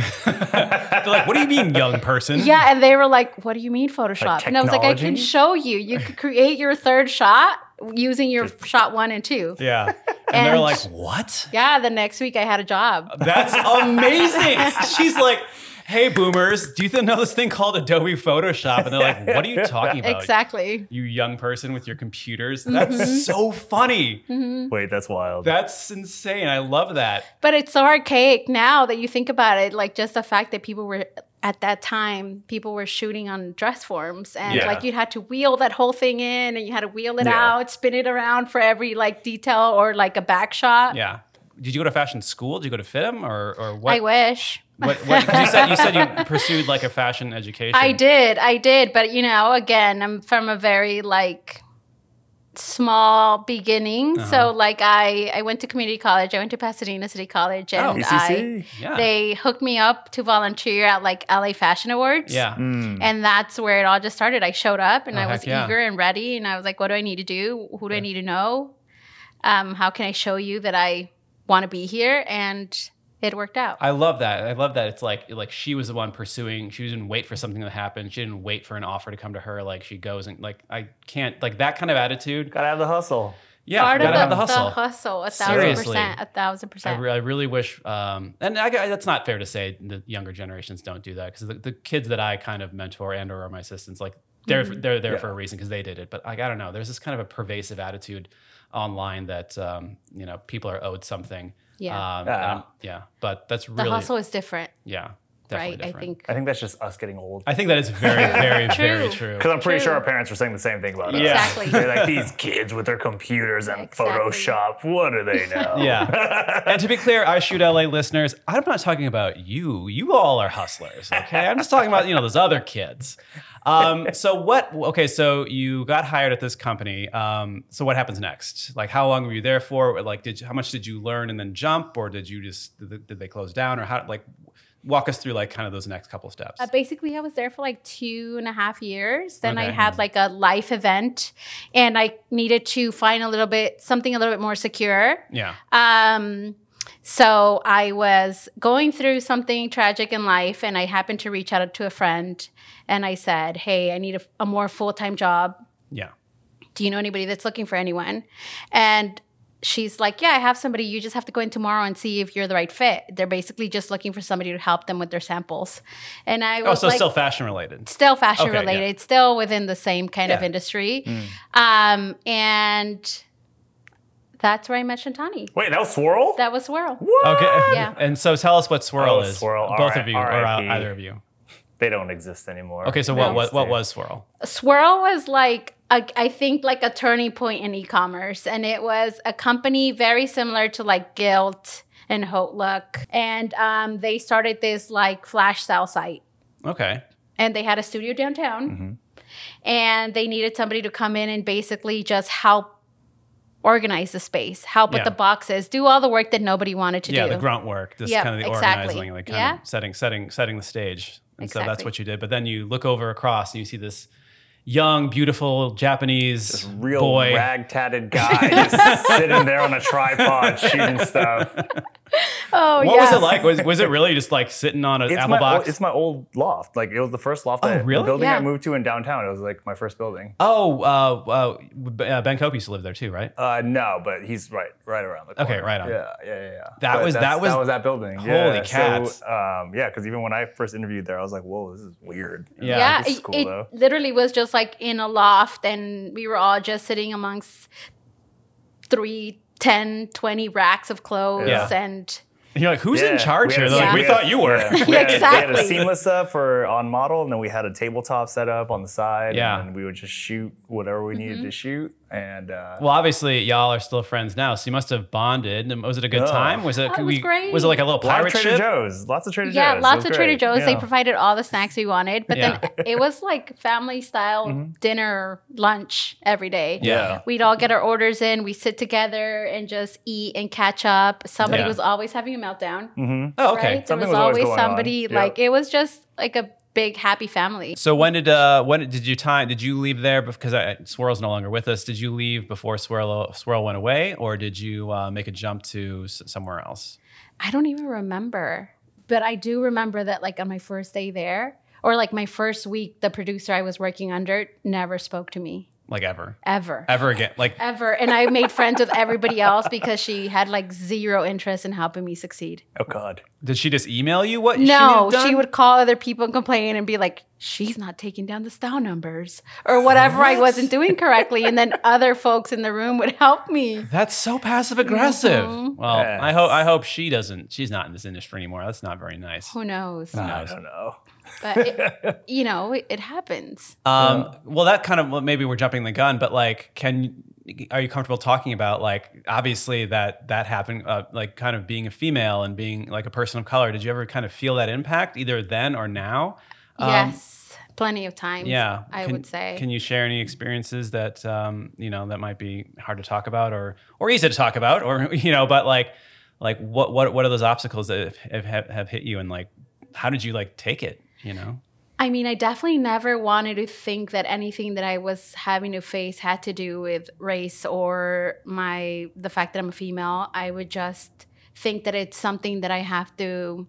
Speaker 1: They're like, what do you mean, young person?
Speaker 2: yeah and they were like what do you mean photoshop and i was like i can
Speaker 3: technology?
Speaker 2: show you you could create your third shot using your shot one and two
Speaker 1: Yeah. And they're
Speaker 2: And-
Speaker 1: like, what?
Speaker 2: Yeah, the next week I had a job.
Speaker 1: That's amazing. She's like, hey, boomers, do you th- know this thing called Adobe Photoshop? And they're like, what are you talking about?
Speaker 2: Exactly.
Speaker 1: You young person with your computers.
Speaker 2: Mm-hmm.
Speaker 1: That's so funny.
Speaker 3: Wait, that's wild.
Speaker 1: That's insane. I love that.
Speaker 2: But it's so archaic now that you think about it. Like, just the fact that people were, at that time, people were shooting on dress forms. And
Speaker 1: Yeah.
Speaker 2: like, you had to wheel that whole thing in and you had to wheel it
Speaker 3: Yeah.
Speaker 2: out, spin it around for every like detail or like a back shot.
Speaker 1: Yeah. Did you go to fashion school? Did you go to FITM or, or what?
Speaker 2: I wish.
Speaker 1: What, what, 'cause you, said, you said you pursued like a fashion education.
Speaker 2: I did. I did. But, you know, again, I'm from a very like, small beginning
Speaker 1: Uh-huh.
Speaker 2: so like i i went to community college i went to pasadena city college
Speaker 1: Oh.
Speaker 3: E
Speaker 2: and i
Speaker 3: ECC?
Speaker 1: Yeah.
Speaker 2: they hooked me up to volunteer at like LA Fashion Awards.
Speaker 1: yeah.
Speaker 3: Hmm.
Speaker 2: And that's where it all just started. I showed up and
Speaker 1: Mm. Oh,
Speaker 2: I was
Speaker 1: heck yeah.
Speaker 2: eager and ready. And I was like, what do I need to do? Who do I need to know? Um, how can I show you that I want to be here? And it worked out.
Speaker 1: I love that. I love that it's like like she was the one pursuing. She didn't wait for something to happen. She didn't wait for an offer to come to her. Like she goes and like I can't like that kind of attitude.
Speaker 3: Gotta have the hustle.
Speaker 1: Yeah,
Speaker 2: Part
Speaker 1: gotta
Speaker 2: of
Speaker 1: have the
Speaker 2: the,
Speaker 1: hustle.
Speaker 2: a thousand
Speaker 1: Seriously.
Speaker 2: percent. A thousand percent.
Speaker 1: I, re- I really wish, um, and I, I- that's not fair to say the younger generations don't do that because the, the kids that I kind of mentor and or are my assistants, like they're
Speaker 2: Mm-hmm.
Speaker 1: they're there for a reason because they did it. But like I don't know, there's this kind of a pervasive attitude online that um, you know people are owed something.
Speaker 2: Yeah.
Speaker 1: um,
Speaker 3: Yeah.
Speaker 1: um, yeah. But that's
Speaker 2: the
Speaker 1: really
Speaker 2: hustle is different,
Speaker 1: yeah,
Speaker 2: right?
Speaker 1: definitely different.
Speaker 2: I think.
Speaker 3: I think that's just us getting old.
Speaker 1: I think that is very, very,
Speaker 2: True.
Speaker 1: very true.
Speaker 3: Because I'm pretty
Speaker 2: True.
Speaker 3: sure our parents were saying the same thing about us.
Speaker 1: Yeah.
Speaker 2: Exactly.
Speaker 3: They're like, these kids with their computers and
Speaker 2: Exactly.
Speaker 3: Photoshop, what do they know?
Speaker 1: Yeah. And to be clear, I shoot LA listeners. I'm not talking about you. You all are hustlers, okay? I'm just talking about, you know, those other kids. Um, so what okay, so you got hired at this company. Um, so what happens next? Like how long were you there for? Like did you, how much did you learn and then jump or did you just did did they close down or how like walk us through like kind of those next couple steps?
Speaker 2: Uh, basically, I was there for like two and a half years. Then I
Speaker 1: Okay.
Speaker 2: had like a life event, and I needed to find a little bit something a little bit more secure.
Speaker 1: Yeah.
Speaker 2: Um, so I was going through something tragic in life, and I happened to reach out to a friend, and I said, "Hey, I need a, a more full time job.
Speaker 1: Yeah.
Speaker 2: Do you know anybody that's looking for anyone?" And she's like, "Yeah, I have somebody. You just have to go in tomorrow and see if you're the right fit. They're basically just looking for somebody to help them with their samples." And I
Speaker 1: Oh,
Speaker 2: was
Speaker 1: so
Speaker 2: like,
Speaker 1: still fashion related.
Speaker 2: still fashion
Speaker 1: Okay, yeah.
Speaker 2: related, still within the same kind of
Speaker 1: Yeah. Mm.
Speaker 2: industry. Um, and that's where I met Shantani.
Speaker 3: Wait, that was Swirl?
Speaker 2: That was Swirl.
Speaker 1: Okay.
Speaker 2: Yeah.
Speaker 1: And so tell us what swirl
Speaker 3: Oh,
Speaker 1: is.
Speaker 3: Swirl,
Speaker 1: Both
Speaker 3: R-
Speaker 1: of you or uh,
Speaker 3: RIP.
Speaker 1: either of you.
Speaker 3: they don't exist anymore.
Speaker 1: Okay, so
Speaker 2: No.
Speaker 1: what, what what was swirl?
Speaker 2: Swirl was like, a, I think, like a turning point in e commerce. And it was a company very similar to like Guilt and Hotlook. And um, they started this like flash sale site.
Speaker 1: Okay.
Speaker 2: and they had a studio downtown
Speaker 1: Mm-hmm.
Speaker 2: and they needed somebody to come in and basically just help organize the space, help
Speaker 1: Yeah.
Speaker 2: with the boxes, do all the work that nobody wanted to
Speaker 1: yeah,
Speaker 2: do.
Speaker 1: the grunt work, just
Speaker 2: Yeah,
Speaker 1: kind of the
Speaker 2: exactly.
Speaker 1: organizing, like kind
Speaker 2: Yeah.
Speaker 1: of setting, setting, setting the stage. And so that's
Speaker 2: Exactly.
Speaker 1: what you did. But then you look over across and you see this young, beautiful Japanese
Speaker 3: Real
Speaker 1: boy.
Speaker 3: rag-tatted guy just sitting there on a tripod shooting stuff.
Speaker 2: oh
Speaker 1: what
Speaker 2: yeah.
Speaker 1: was it like? Was, was it really just like sitting on an
Speaker 3: It's
Speaker 1: apple
Speaker 3: my
Speaker 1: box?
Speaker 3: Old, it's my old loft. Like it was the first loft.
Speaker 1: Oh,
Speaker 3: I,
Speaker 1: really?
Speaker 3: The building
Speaker 2: Yeah.
Speaker 3: I moved to in downtown. It was like my first building.
Speaker 1: oh, uh, uh, B- uh, Ben Cope used to live there too, right?
Speaker 3: Uh, no, but he's right, right around the corner.
Speaker 1: Okay, right on.
Speaker 3: Yeah, yeah, yeah. yeah.
Speaker 1: That
Speaker 3: But
Speaker 1: was-
Speaker 3: that's-
Speaker 1: that was-
Speaker 3: that was that building.
Speaker 1: Holy
Speaker 3: yeah.
Speaker 1: cats.
Speaker 3: So, um, yeah, because even when I first interviewed there, I was like, "Whoa, this is weird."
Speaker 1: Yeah,
Speaker 2: Yeah,
Speaker 3: this is
Speaker 2: it,
Speaker 3: cool,
Speaker 2: it
Speaker 3: though.
Speaker 2: literally was just like in a loft, and we were all just sitting amongst three, 10, 20 racks of clothes.
Speaker 1: Yeah.
Speaker 2: And
Speaker 1: And you're like, who's in
Speaker 3: Yeah,
Speaker 1: charge
Speaker 3: we
Speaker 1: here?
Speaker 3: had a-
Speaker 1: They're like, we
Speaker 3: had
Speaker 1: thought
Speaker 3: a-
Speaker 1: you were.
Speaker 3: yeah, we had a- We had a
Speaker 2: Exactly.
Speaker 3: seamless up for on model, and then we had a tabletop set up on the side.
Speaker 1: Yeah.
Speaker 3: and we would just shoot whatever we
Speaker 2: Mm-hmm.
Speaker 3: needed to shoot, and uh,
Speaker 1: Well, obviously, y'all are still friends now, so you must have bonded. And Was it a good
Speaker 3: Oh.
Speaker 1: time? Was it?
Speaker 2: Oh, it
Speaker 1: could
Speaker 2: was
Speaker 1: we-
Speaker 2: great.
Speaker 1: Was it like a little
Speaker 3: a lot of
Speaker 1: pirate
Speaker 3: Trader
Speaker 1: ship?
Speaker 3: Joe's, lots of Trader
Speaker 2: yeah,
Speaker 3: Joe's. It
Speaker 2: lots
Speaker 3: was
Speaker 2: of Trader
Speaker 3: great.
Speaker 2: Joe's. They
Speaker 3: Yeah.
Speaker 2: provided all the snacks we wanted, but then it was like family style
Speaker 3: Mm-hmm.
Speaker 2: dinner, lunch every day.
Speaker 1: Yeah.
Speaker 2: We'd all get our orders in, we sit together and just eat and catch up. Somebody
Speaker 1: Yeah.
Speaker 2: was always having a meltdown.
Speaker 3: Mm-hmm.
Speaker 1: Oh, okay.
Speaker 2: Right?
Speaker 3: Something
Speaker 2: there was,
Speaker 3: was always
Speaker 2: always,
Speaker 3: going on.
Speaker 2: somebody
Speaker 3: Yep.
Speaker 2: like it was just like a big happy family.
Speaker 1: So when did uh when did you time did you leave there because I, Swirl's no longer with us? Did you leave before Swirl Swirl went away, or did you uh, make a jump to s- somewhere else?
Speaker 2: I don't even remember, but I do remember that like on my first day there or like my first week, the producer I was working under never spoke to me
Speaker 1: Like ever,
Speaker 2: ever.
Speaker 1: ever again? Like
Speaker 2: Ever. And I made friends with everybody else because she had like zero interest in helping me succeed.
Speaker 3: Oh God.
Speaker 1: did she just email you what?
Speaker 2: No,
Speaker 1: she,
Speaker 2: she would call other people and complain and be like, she's not taking down the style numbers or whatever I wasn't doing correctly. And then other folks in the room would help me.
Speaker 1: That's so passive aggressive.
Speaker 2: Mm-hmm.
Speaker 1: Well,
Speaker 3: Yes.
Speaker 1: I hope I hope she doesn't. She's not in this industry anymore. That's not very nice.
Speaker 2: Who knows?
Speaker 3: I don't know.
Speaker 2: But, it, you know, it, it happens.
Speaker 1: Um, well, that kind of well, maybe we're jumping the gun, but like, can are you comfortable talking about like obviously that that happened, uh, like kind of being a female and being like a person of color? Did you ever kind of feel that impact either then or now? Um,
Speaker 2: yes, plenty of times.
Speaker 1: Yeah,
Speaker 2: I
Speaker 1: Can-
Speaker 2: would say.
Speaker 1: Can you share any experiences that um, you know that might be hard to talk about, or or easy to talk about, or you know, but like like what what what are those obstacles that have have, have hit you, and like how did you like take it? You know,
Speaker 2: I mean, I definitely never wanted to think that anything that I was having to face had to do with race or my the fact that I'm a female. I would just think that it's something that I have to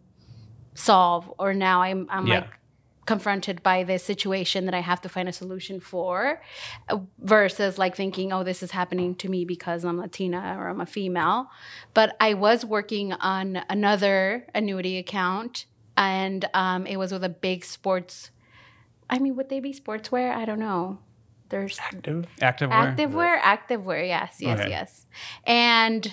Speaker 2: solve, or now I'm I'm
Speaker 1: Yeah.
Speaker 2: like confronted by this situation that I have to find a solution for, uh, versus like thinking, oh, this is happening to me because I'm Latina or I'm a female. But I was working on another annuity account, and um, it was with a big sports. I mean, would they be sportswear? I don't know. There's
Speaker 1: active
Speaker 2: activewear, activewear. Yes, yes,
Speaker 1: Okay.
Speaker 2: yes. And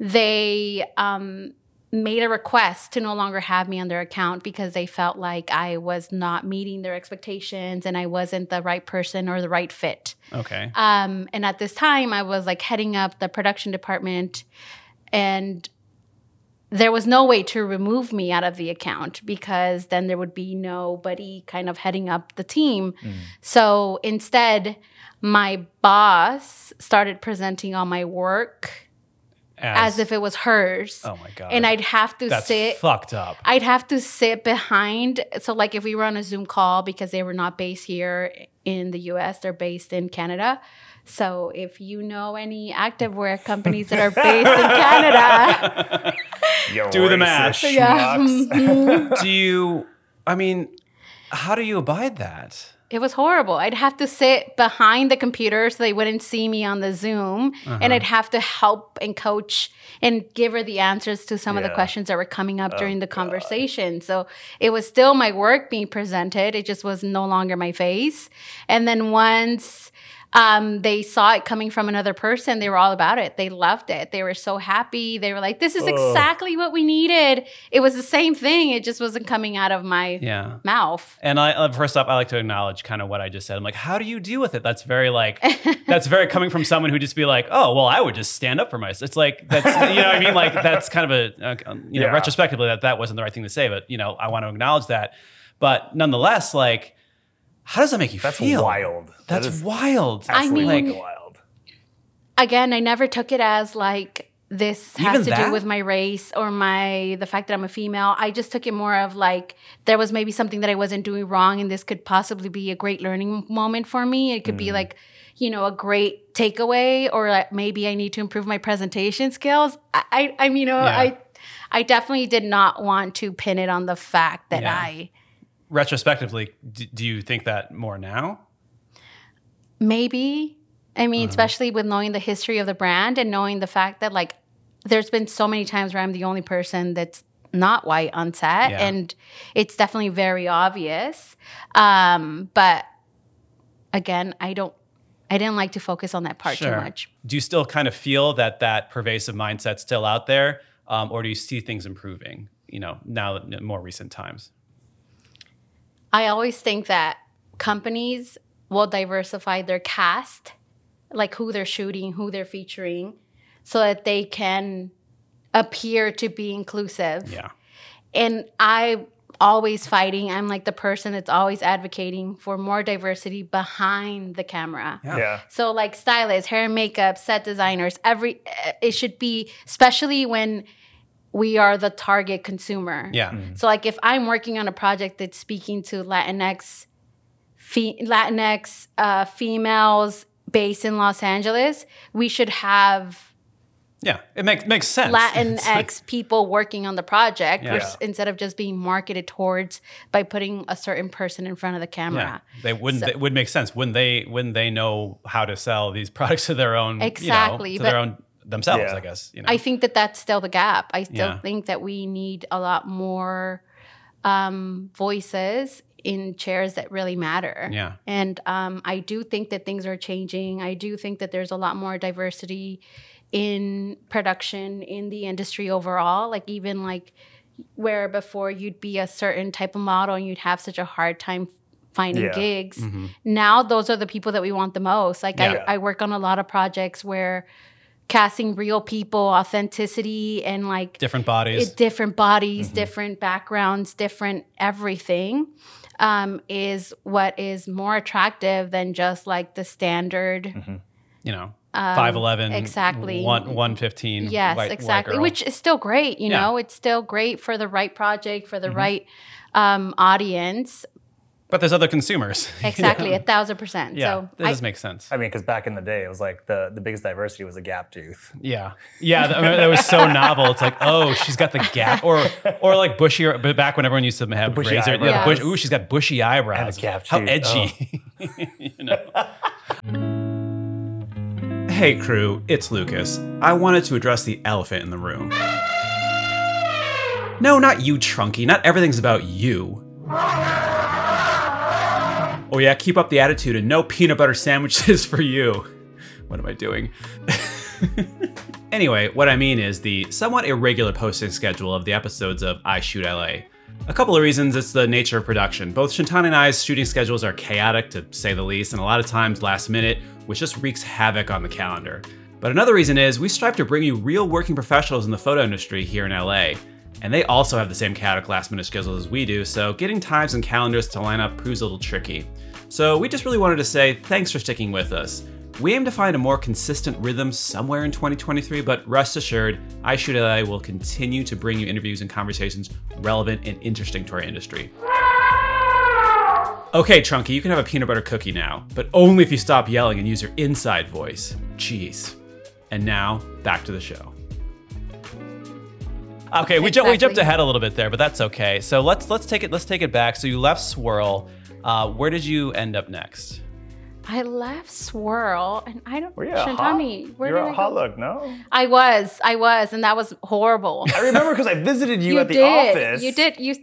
Speaker 2: they um, made a request to no longer have me on their account because they felt like I was not meeting their expectations and I wasn't the right person or the right fit.
Speaker 1: Okay.
Speaker 2: Um, and at this time, I was like heading up the production department, and there was no way to remove me out of the account because then there would be nobody kind of heading up the team.
Speaker 1: Mm.
Speaker 2: So instead, my boss started presenting all my work as, if it was hers.
Speaker 1: Oh my god.
Speaker 2: and I'd have to
Speaker 1: that's
Speaker 2: sit
Speaker 1: fucked up.
Speaker 2: I'd have to sit behind. So, like, if we were on a Zoom call because they were not based here in the US, they're based in Canada. So, if you know any activewear companies that are based in Canada,
Speaker 3: You're
Speaker 1: Do the
Speaker 3: racist
Speaker 1: math.
Speaker 2: yeah,
Speaker 3: schmucks.
Speaker 2: mhm.
Speaker 1: do you I mean, how do you abide that?
Speaker 2: it was horrible. I'd have to sit behind the computer so they wouldn't see me on the Zoom, and I'd have to help and coach and give her the answers to some of the
Speaker 3: Yeah.
Speaker 2: questions that were coming up during the conversation. So it was still my work being presented. It just was no longer my face. And then once um, they saw it coming from another person, they were all about it. They loved it. They were so happy. They were like, "This is
Speaker 3: Ugh.
Speaker 2: exactly what we needed." It was the same thing. It just wasn't coming out of my
Speaker 1: Yeah.
Speaker 2: mouth.
Speaker 1: And I uh, first off, I like to acknowledge kind of what I just said. I'm like, how do you deal with it? That's very like, that's very coming from someone who just be like, oh, well, I would just stand up for myself. It's like that's you know what I mean. Like that's kind of a uh, you know
Speaker 3: Yeah.
Speaker 1: retrospectively that that wasn't the right thing to say, but you know I want to acknowledge that. But nonetheless, like, how does that make you
Speaker 3: That's
Speaker 1: feel?
Speaker 3: wild. That
Speaker 1: That's
Speaker 3: is
Speaker 1: wild.
Speaker 2: I
Speaker 3: absolutely
Speaker 2: mean-
Speaker 3: fucking wild.
Speaker 2: Again, I never took it as like this has
Speaker 1: Even
Speaker 2: to
Speaker 1: that?
Speaker 2: do with my race or my the fact that I'm a female. I just took it more of like there was maybe something that I wasn't doing wrong and this could possibly be a great learning moment for me. It could be
Speaker 1: Mm.
Speaker 2: like, you know, a great takeaway or like maybe I need to improve my presentation skills. I I, I mean, you know,
Speaker 1: Yeah.
Speaker 2: I I definitely did not want to pin it on the fact that
Speaker 1: Yeah.
Speaker 2: I
Speaker 1: Retrospectively, d- do you think that more now?
Speaker 2: Maybe. I
Speaker 1: Uh-huh.
Speaker 2: mean, especially with knowing the history of the brand and knowing the fact that like there's been so many times where I'm the only person that's not white on set
Speaker 1: Yeah.
Speaker 2: and it's definitely very obvious. Um, but again, I don't I didn't like to focus on that part too much.
Speaker 1: Do you still kind of feel that that pervasive mindset's still out there, um, or do you see things improving? You know, now in more recent times.
Speaker 2: I always think that companies will diversify their cast, like who they're shooting, who they're featuring, so that they can appear to be inclusive.
Speaker 1: Yeah.
Speaker 2: and I always fighting. I'm like the person that's always advocating for more diversity behind the camera.
Speaker 1: Yeah.
Speaker 3: Yeah.
Speaker 2: So like stylists, hair and makeup, set designers, every eh, it should be especially when we are the target consumer.
Speaker 1: Yeah.
Speaker 2: So like if I'm working on a project that's speaking to Latinx fe- Latinx uh, females based in Los Angeles, we should have
Speaker 1: Yeah. It makes makes sense. It's like-
Speaker 2: Latinx people working on the project
Speaker 1: Yeah.
Speaker 2: vers- instead of just being marketed towards by putting a certain person in front of the camera.
Speaker 1: They wouldn't.
Speaker 2: So-
Speaker 1: it would make sense when they when they know how to sell these products to their own. you know,
Speaker 2: Exactly,
Speaker 1: to their
Speaker 2: but-
Speaker 1: own themselves,
Speaker 3: Yeah.
Speaker 1: I guess. You know.
Speaker 2: I think that that's still the gap. I still
Speaker 1: Yeah.
Speaker 2: think that we need a lot more um, voices in chairs that really matter.
Speaker 1: Yeah.
Speaker 2: And um, I do think that things are changing. I do think that there's a lot more diversity in production in the industry overall. Like even like where before you'd be a certain type of model and you'd have such a hard time finding
Speaker 3: Yeah.
Speaker 2: gigs. Now those are the people that we want the most. Like
Speaker 1: Mm-hmm. Yeah.
Speaker 2: I, I work on a lot of projects where casting real people, authenticity, and like
Speaker 1: Different Mm-hmm. bodies.
Speaker 2: it- different bodies, different backgrounds, different everything um, is what is more attractive than just like the standard.
Speaker 1: Mm-hmm. you know, five eleven.
Speaker 2: Um, exactly.
Speaker 1: One one fifteen.
Speaker 2: Yes, exactly. Which is still great, you
Speaker 1: Yeah. Mm-hmm.
Speaker 2: know, it's still great for the right project, for the right um, audience.
Speaker 1: But there's other consumers.
Speaker 2: Exactly, a thousand percent.
Speaker 1: yeah.
Speaker 2: So
Speaker 1: that
Speaker 2: I,
Speaker 1: does make sense.
Speaker 3: I mean, because back in the day, it was like the, the biggest diversity was a gap tooth.
Speaker 1: Yeah, yeah, that, I remember that was so novel. It's like, oh, she's got the gap, or or like bushy. But back when everyone used to have
Speaker 3: bushy
Speaker 1: razor, yeah,
Speaker 2: eyebrows.
Speaker 1: bush, ooh, she's got bushy eyebrows.
Speaker 3: And a gap Oh.
Speaker 1: How
Speaker 3: tooth,
Speaker 1: edgy. you know. Hey crew, it's Lucas. I wanted to address the elephant in the room. No, not you, Trunky. Not everything's about you. Oh yeah, keep up the attitude and no peanut butter sandwiches for you. What am I doing? Anyway, what I mean is the somewhat irregular posting schedule of the episodes of I Shoot LA. A couple of reasons it's the nature of production. Both Shintani and I's shooting schedules are chaotic, to say the least, and a lot of times last minute, which just wreaks havoc on the calendar. But another reason is we strive to bring you real working professionals in the photo industry here in LA. And they also have the same chaotic last minute schedule as we do, so getting times and calendars to line up proves a little tricky. So we just really wanted to say thanks for sticking with us. We aim to find a more consistent rhythm somewhere in 2023, but rest assured, I Shoot LA will continue to bring you interviews and conversations relevant and interesting to our industry. Okay, Trunky, you can have a peanut butter cookie now, but only if you stop yelling and use your inside voice. Jeez. And now, back to the show. Okay, we, ju- we jumped
Speaker 2: Exactly.
Speaker 1: ahead a little bit there, but that's okay. So let's let's take it let's take it back. So you left Swirl. Uh, where did you end up next?
Speaker 2: I left Swirl and I don't,
Speaker 3: Were you at
Speaker 2: Shantani,
Speaker 3: Hot-
Speaker 2: where
Speaker 3: you were at
Speaker 2: did I
Speaker 3: Hot
Speaker 2: go?
Speaker 3: Look, no?
Speaker 2: I was, I was, and that was horrible.
Speaker 3: I remember because I visited you, at the
Speaker 2: did.
Speaker 3: office.
Speaker 2: You did. You.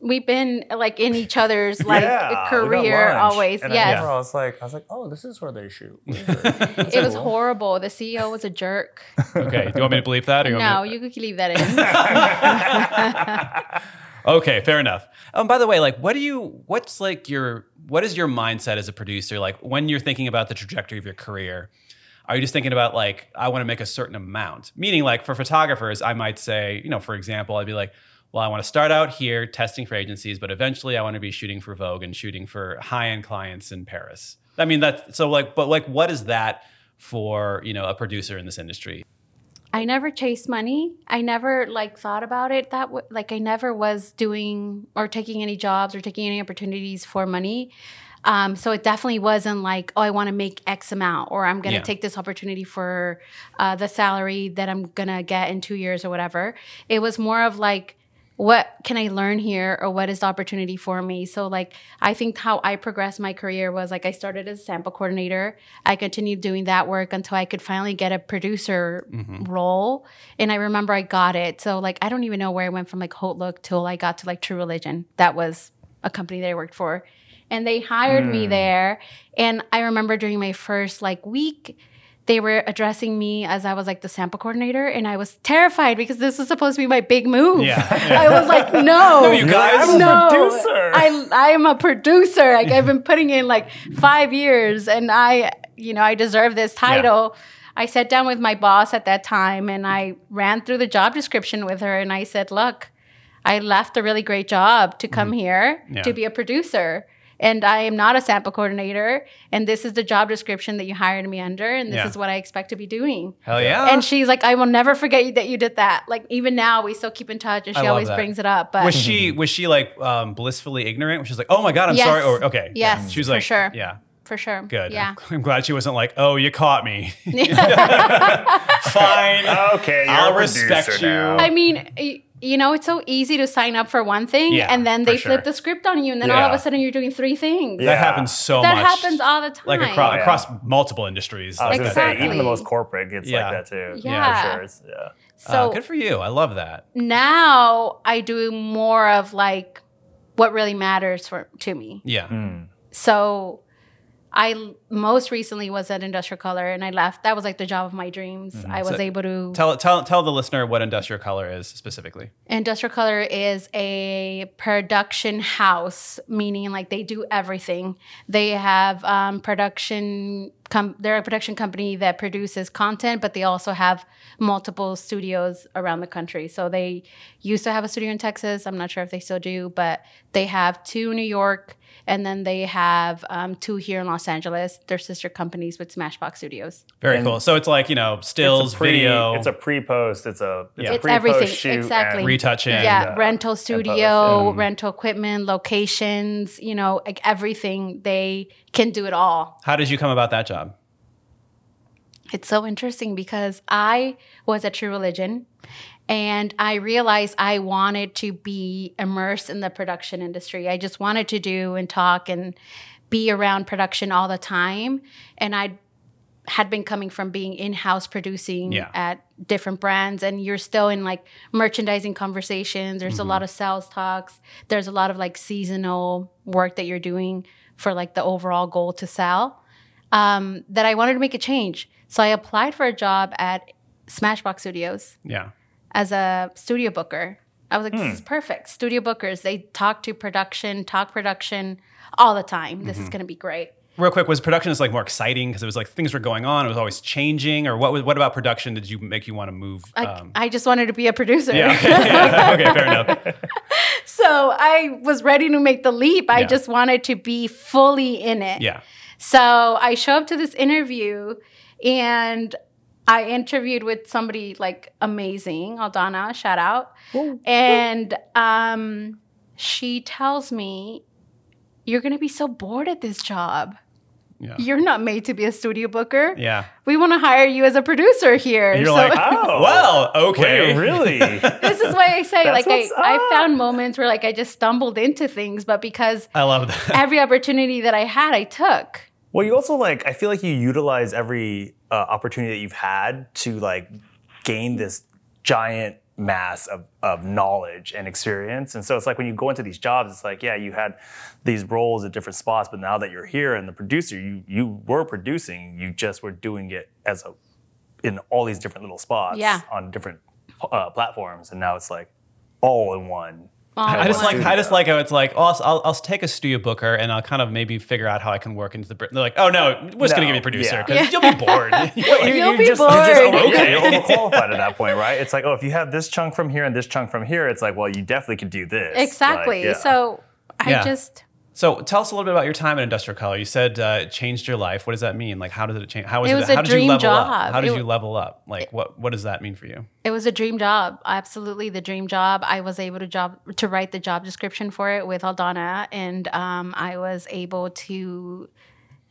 Speaker 2: We've been like in each other's like
Speaker 3: yeah, we got
Speaker 2: career
Speaker 3: lunch.
Speaker 2: always.
Speaker 3: And I,
Speaker 2: yes,
Speaker 3: remember I was like, I was like, oh, this is where they shoot.
Speaker 2: it was horrible. The CEO was a jerk.
Speaker 1: Okay, do you want me to believe that? Or you
Speaker 2: no,
Speaker 1: want me
Speaker 2: you could leave that in.
Speaker 1: to- okay, fair enough. Um, by the way, like, what do you? What's like your? What is your mindset as a producer? Like, when you're thinking about the trajectory of your career, are you just thinking about like, I want to make a certain amount? Meaning, like, for photographers, I might say, you know, for example, I'd be like, well, I want to start out here testing for agencies, but eventually I want to be shooting for Vogue and shooting for high end clients in Paris. I mean, that's so like, but like, what is that for, you know, a producer in this industry?
Speaker 2: I never chased money. I never like thought about it that way. Like I never was doing or taking any jobs or taking any opportunities for money. Um, so it definitely wasn't like, oh, I want to make X amount, or I'm gonna
Speaker 1: Yeah.
Speaker 2: take this opportunity for uh, the salary that I'm gonna get in two years or whatever. It was more of like, what can I learn here, or what is the opportunity for me? So like, I think how I progressed my career was like I started as a sample coordinator. I continued doing that work until I could finally get a producer role, and I remember I got it. So like, I don't even know where I went from like Outlook till I got to like True Religion. That was a company that I worked for and they hired me there and i remember during my first like week they were addressing me as i was like the sample coordinator and i was terrified because this was supposed to be my big move i was like no
Speaker 1: No, you guys.
Speaker 3: I'm a
Speaker 2: no,
Speaker 3: producer.
Speaker 2: I I am a producer. Like I've been putting in like five years, and I, you know, I deserve this title. I sat down with my boss at that time, and I ran through the job description with her, and I said, "Look, I left a really great job to come here
Speaker 1: Mm-hmm. Yeah.
Speaker 2: to be a producer." And I am not a sample coordinator, and this is the job description that you hired me under, and this
Speaker 1: Yeah.
Speaker 2: is what I expect to be doing.
Speaker 1: Hell yeah.
Speaker 2: And she's like, "I will never forget you that you did that." Like even now, we still keep in touch, and
Speaker 1: I
Speaker 2: she
Speaker 1: love
Speaker 2: always
Speaker 1: that.
Speaker 2: brings it up. But
Speaker 1: was she was she like um, blissfully ignorant? She's like, oh my god, I'm
Speaker 2: Yes.
Speaker 1: sorry. Or okay,
Speaker 2: Yes,
Speaker 1: yeah. she was
Speaker 2: for
Speaker 1: like,
Speaker 2: sure.
Speaker 1: yeah,
Speaker 2: for sure,
Speaker 1: good.
Speaker 2: Yeah,
Speaker 1: I'm glad she wasn't like, oh, you caught me. Fine.
Speaker 3: Okay, you're
Speaker 1: I'll
Speaker 3: a producer
Speaker 1: respect you.
Speaker 3: now.
Speaker 2: I mean, y- you know, it's so easy to sign up for one thing
Speaker 1: Yeah,
Speaker 2: and then
Speaker 1: for
Speaker 2: they flip
Speaker 1: sure.
Speaker 2: the script on you, and then all of
Speaker 1: Yeah.
Speaker 2: a sudden you're doing three things.
Speaker 3: Yeah.
Speaker 1: That happens so
Speaker 2: That
Speaker 1: much.
Speaker 2: happens all the time.
Speaker 1: like across,
Speaker 3: Yeah.
Speaker 1: across multiple industries.
Speaker 3: I was gonna say,
Speaker 2: Exactly.
Speaker 3: even the most corporate gets
Speaker 1: Yeah.
Speaker 3: like that too.
Speaker 2: Yeah.
Speaker 3: for sure. It's- yeah.
Speaker 1: Uh,
Speaker 2: So
Speaker 1: good for you. I love that.
Speaker 2: now I do more of like what really matters for to me.
Speaker 1: Yeah.
Speaker 3: Mm.
Speaker 2: So I l- most recently was at Industrial Color, and I left. That was like the job of my dreams. I was
Speaker 1: Mm-hmm. So
Speaker 2: able to
Speaker 1: Tell tell tell the listener what industrial color is specifically.
Speaker 2: Industrial Color is a production house, meaning like they do everything. They have um, production. Com- they're a production company that produces content, but they also have multiple studios around the country. So they used to have a studio in Texas. I'm not sure if they still do, but they have two in New York, and then they have um, two here in Los Angeles. They're sister companies with Smashbox Studios.
Speaker 1: Very
Speaker 3: And-
Speaker 1: cool. So it's like you know stills,
Speaker 3: it's a pre,
Speaker 1: video,
Speaker 3: It's a pre-post. It's a it's,
Speaker 1: Yeah.
Speaker 3: a
Speaker 1: It's
Speaker 3: pre-post
Speaker 2: everything,
Speaker 3: shoot
Speaker 2: exactly.
Speaker 3: and-
Speaker 1: retouching.
Speaker 2: yeah,
Speaker 3: uh,
Speaker 2: rental
Speaker 3: photos,
Speaker 2: studio, rental equipment, locations, you know, like everything. They can do it all.
Speaker 1: How did you come about that job?
Speaker 2: It's so interesting because I was a true religion and I realized I wanted to be immersed in the production industry. I just wanted to do and talk and be around production all the time. And I had been coming from being in-house producing
Speaker 1: Yeah.
Speaker 2: at different brands and you're still in like merchandising conversations there's a lot of sales talks there's a lot of like seasonal work that you're doing for like the overall goal to sell um, that i wanted to make a change so i applied for a job at smashbox studios
Speaker 1: Yeah.
Speaker 2: as a studio booker. I was like, this is
Speaker 1: Hmm.
Speaker 2: perfect. Studio bookers, they talk to production, talk production all the time.
Speaker 1: Mm-hmm.
Speaker 2: This is going to be great.
Speaker 1: Real quick, was production just like more exciting because it was like things were going on, it was always changing, or what? Was, what about production did you make you want to move?
Speaker 2: Like,
Speaker 1: um,
Speaker 2: I just wanted to be a producer.
Speaker 1: yeah. Okay. Yeah. okay. Fair enough.
Speaker 2: so I was ready to make the leap. I
Speaker 1: Yeah.
Speaker 2: just wanted to be fully in it.
Speaker 1: Yeah.
Speaker 2: So I show up to this interview and I interviewed with somebody like amazing, Aldana, shout out. And um, she tells me, You're going to be so bored at this job.
Speaker 1: Yeah.
Speaker 2: You're not made to be a studio booker.
Speaker 1: Yeah.
Speaker 2: We want to hire you as a producer here.
Speaker 1: And you're
Speaker 2: So-
Speaker 1: like,
Speaker 3: Oh.
Speaker 1: well, okay.
Speaker 3: Wait, really?
Speaker 2: this is why I say,
Speaker 3: That's
Speaker 2: like, I,
Speaker 3: what's
Speaker 2: I
Speaker 3: up.
Speaker 2: found moments where, like, I just stumbled into things, but because
Speaker 1: I love that.
Speaker 2: every opportunity that I had, I took.
Speaker 3: well, you also like. I feel like you utilize every uh, opportunity that you've had to like gain this giant mass of, of knowledge and experience. And so it's like when you go into these jobs, it's like, yeah, you had these roles at different spots, but now that you're here and the producer, you you were producing, you just were doing it as a in all these different little spots
Speaker 2: Yeah.
Speaker 3: on different uh, platforms, and now it's like all in one
Speaker 2: all
Speaker 3: I
Speaker 1: I
Speaker 2: at
Speaker 1: just like
Speaker 2: once.
Speaker 1: I just like how it's like oh, I'll, I'll, I'll take a studio booker and I'll kind of maybe figure out how I can work into the. Brit- They're like, oh no, we're just gonna
Speaker 3: No,
Speaker 1: give you a producer
Speaker 3: yeah.
Speaker 1: because you'll be bored.
Speaker 3: you-
Speaker 2: You'll
Speaker 3: you
Speaker 2: be
Speaker 3: just- you
Speaker 2: bored.
Speaker 3: just over-
Speaker 1: Okay.
Speaker 3: You're overqualified at that point, right? It's like, oh, if you have this chunk from here and this chunk from here, it's like, well, you definitely could do this. Like,
Speaker 2: exactly.
Speaker 3: yeah.
Speaker 2: So I
Speaker 1: Yeah.
Speaker 2: just
Speaker 1: so tell us a little bit about your time at Industrial Color. You said uh, it changed your life. What does that mean? Like how did it change? How was
Speaker 2: It
Speaker 1: it?
Speaker 2: was a
Speaker 1: how did you
Speaker 2: dream
Speaker 1: level up?
Speaker 2: job.
Speaker 1: How did
Speaker 2: It-
Speaker 1: you level up? Like what what does that mean for you?
Speaker 2: it was a dream job absolutely the dream job i was able to job to write the job description for it with aldana and um, i was able to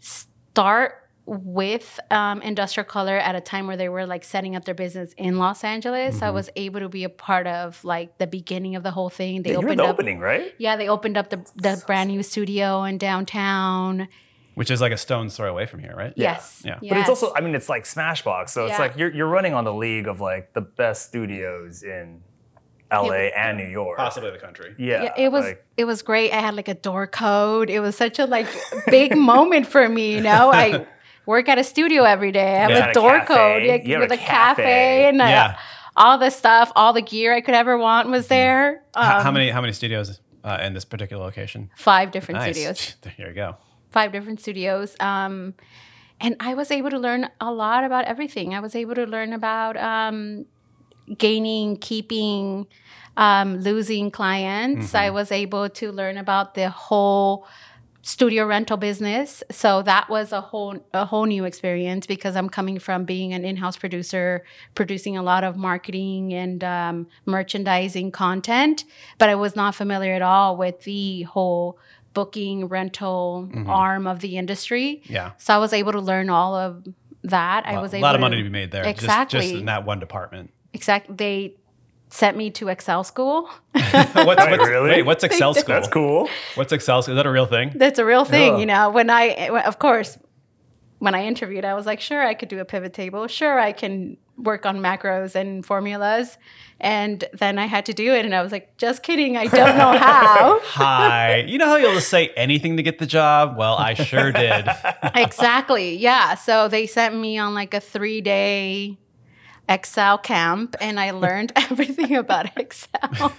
Speaker 2: start with um, industrial color at a time where they were like setting up their business in los angeles
Speaker 3: Mm-hmm.
Speaker 2: i was able to be a part of like the beginning of the whole thing they
Speaker 3: Yeah, you were
Speaker 2: opened
Speaker 3: the
Speaker 2: up
Speaker 3: opening, right?
Speaker 2: yeah they opened up the, the brand new studio in downtown
Speaker 1: Which is like a stone's throw away from here, right?
Speaker 2: yes
Speaker 1: Yeah. But
Speaker 3: But it's
Speaker 2: yes.
Speaker 3: also, I mean, it's like Smashbox. So
Speaker 2: Yeah.
Speaker 3: it's like you're, you're running on the league of like the best studios in LA and New York.
Speaker 1: Possibly the country.
Speaker 3: Yeah.
Speaker 2: yeah, it was
Speaker 3: Uh, like-
Speaker 2: it was great. I had like a door code. It was such a like big moment for me. You know, I work at a studio every day. I have
Speaker 1: Yeah.
Speaker 3: At
Speaker 2: a
Speaker 3: a
Speaker 2: door
Speaker 3: cafe.
Speaker 2: code yeah,
Speaker 3: You have
Speaker 2: with
Speaker 3: a
Speaker 2: a cafe,
Speaker 3: cafe.
Speaker 2: and uh,
Speaker 1: Yeah. Mm-hmm.
Speaker 2: all the stuff, all the gear I could ever want was there. Um,
Speaker 1: How, how many how many studios uh, in this particular location?
Speaker 2: Five different
Speaker 1: Nice.
Speaker 2: studios.
Speaker 1: There you go.
Speaker 2: Five different studios. Um, and I was able to learn a lot about everything. I was able to learn about um, gaining, keeping, um, losing clients. I
Speaker 1: Mm-hmm.
Speaker 2: was able to learn about the whole studio rental business. So that was a whole a whole new experience because I'm coming from being an in-house producer, producing a lot of marketing and um, merchandising content, but I was not familiar at all with the whole booking rental arm of the industry.
Speaker 1: Mm-hmm. Yeah.
Speaker 2: So I was able to learn all of that. I
Speaker 1: A
Speaker 2: was
Speaker 1: lot,
Speaker 2: able
Speaker 1: lot of
Speaker 2: to-
Speaker 1: money to be made there. just- Just,
Speaker 2: Exactly.
Speaker 1: in that one department.
Speaker 2: Exactly. They sent me to Excel school.
Speaker 1: what's,
Speaker 3: Wait,
Speaker 1: what's-
Speaker 3: really?
Speaker 1: Wait, what's Excel school?
Speaker 3: That's cool.
Speaker 1: What's Excel school? Is that a real thing?
Speaker 2: That's a real thing,
Speaker 3: Yeah.
Speaker 2: you know. When I, well, of course, when I interviewed, I was like, sure, I could do a pivot table. Sure, I can work on macros and formulas. And then I had to do it, and I was like, just kidding, I don't know how.
Speaker 1: Hi. You know how you'll just say anything to get the job? Well, I sure did.
Speaker 2: exactly. Yeah. So they sent me on like a three day Excel camp, and I learned everything about Excel.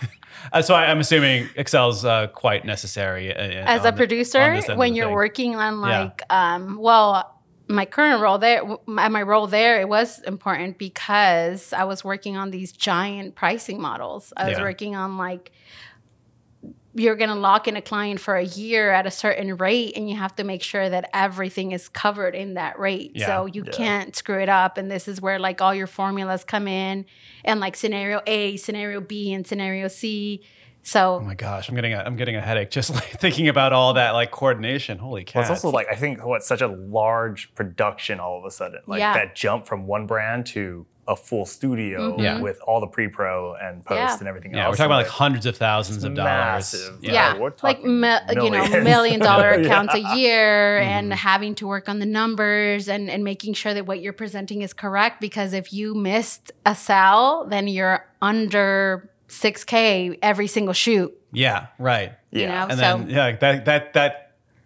Speaker 1: Uh, so I, I'm assuming Excel's uh, quite necessary. uh,
Speaker 2: as
Speaker 1: on
Speaker 2: a
Speaker 1: the- on
Speaker 2: producer
Speaker 1: this end of
Speaker 2: when
Speaker 1: the
Speaker 2: you're
Speaker 1: thing.
Speaker 2: working on
Speaker 1: Yeah.
Speaker 2: like um well my current role there w- my, my role there it was important because i was working on these giant pricing models i was
Speaker 1: Yeah.
Speaker 2: working on like you're going to lock in a client for a year at a certain rate and you have to make sure that everything is covered in that rate
Speaker 1: Yeah.
Speaker 2: so you
Speaker 3: Yeah.
Speaker 2: can't screw it up and this is where like all your formulas come in and like scenario a scenario b and scenario c so
Speaker 1: Oh my gosh, I'm getting a, I'm getting a headache just like thinking about all that like coordination. Holy cow!
Speaker 3: Well, it's also like I think what's such a large production all of a sudden, like
Speaker 2: Yeah.
Speaker 3: that jump from one brand to a full studio
Speaker 2: Mhm.
Speaker 1: Yeah.
Speaker 3: with all the pre-pro and post
Speaker 2: Yeah.
Speaker 3: and everything
Speaker 1: yeah,
Speaker 3: else.
Speaker 1: we're talking about like
Speaker 3: and,
Speaker 1: hundreds of thousands of dollars.
Speaker 3: massive.
Speaker 1: Yeah.
Speaker 2: yeah,
Speaker 3: Yeah, we're
Speaker 2: like
Speaker 3: talking
Speaker 2: mi- you know
Speaker 3: millions.
Speaker 2: million dollar
Speaker 3: Yeah.
Speaker 2: accounts a year
Speaker 1: Mm-hmm.
Speaker 2: and having to work on the numbers and and making sure that what you're presenting is correct because if you missed a sell then you're under 6k every single shoot
Speaker 1: Yeah, right.
Speaker 2: you
Speaker 3: Yeah.
Speaker 2: know
Speaker 1: And
Speaker 2: so
Speaker 1: then yeah, like, that that that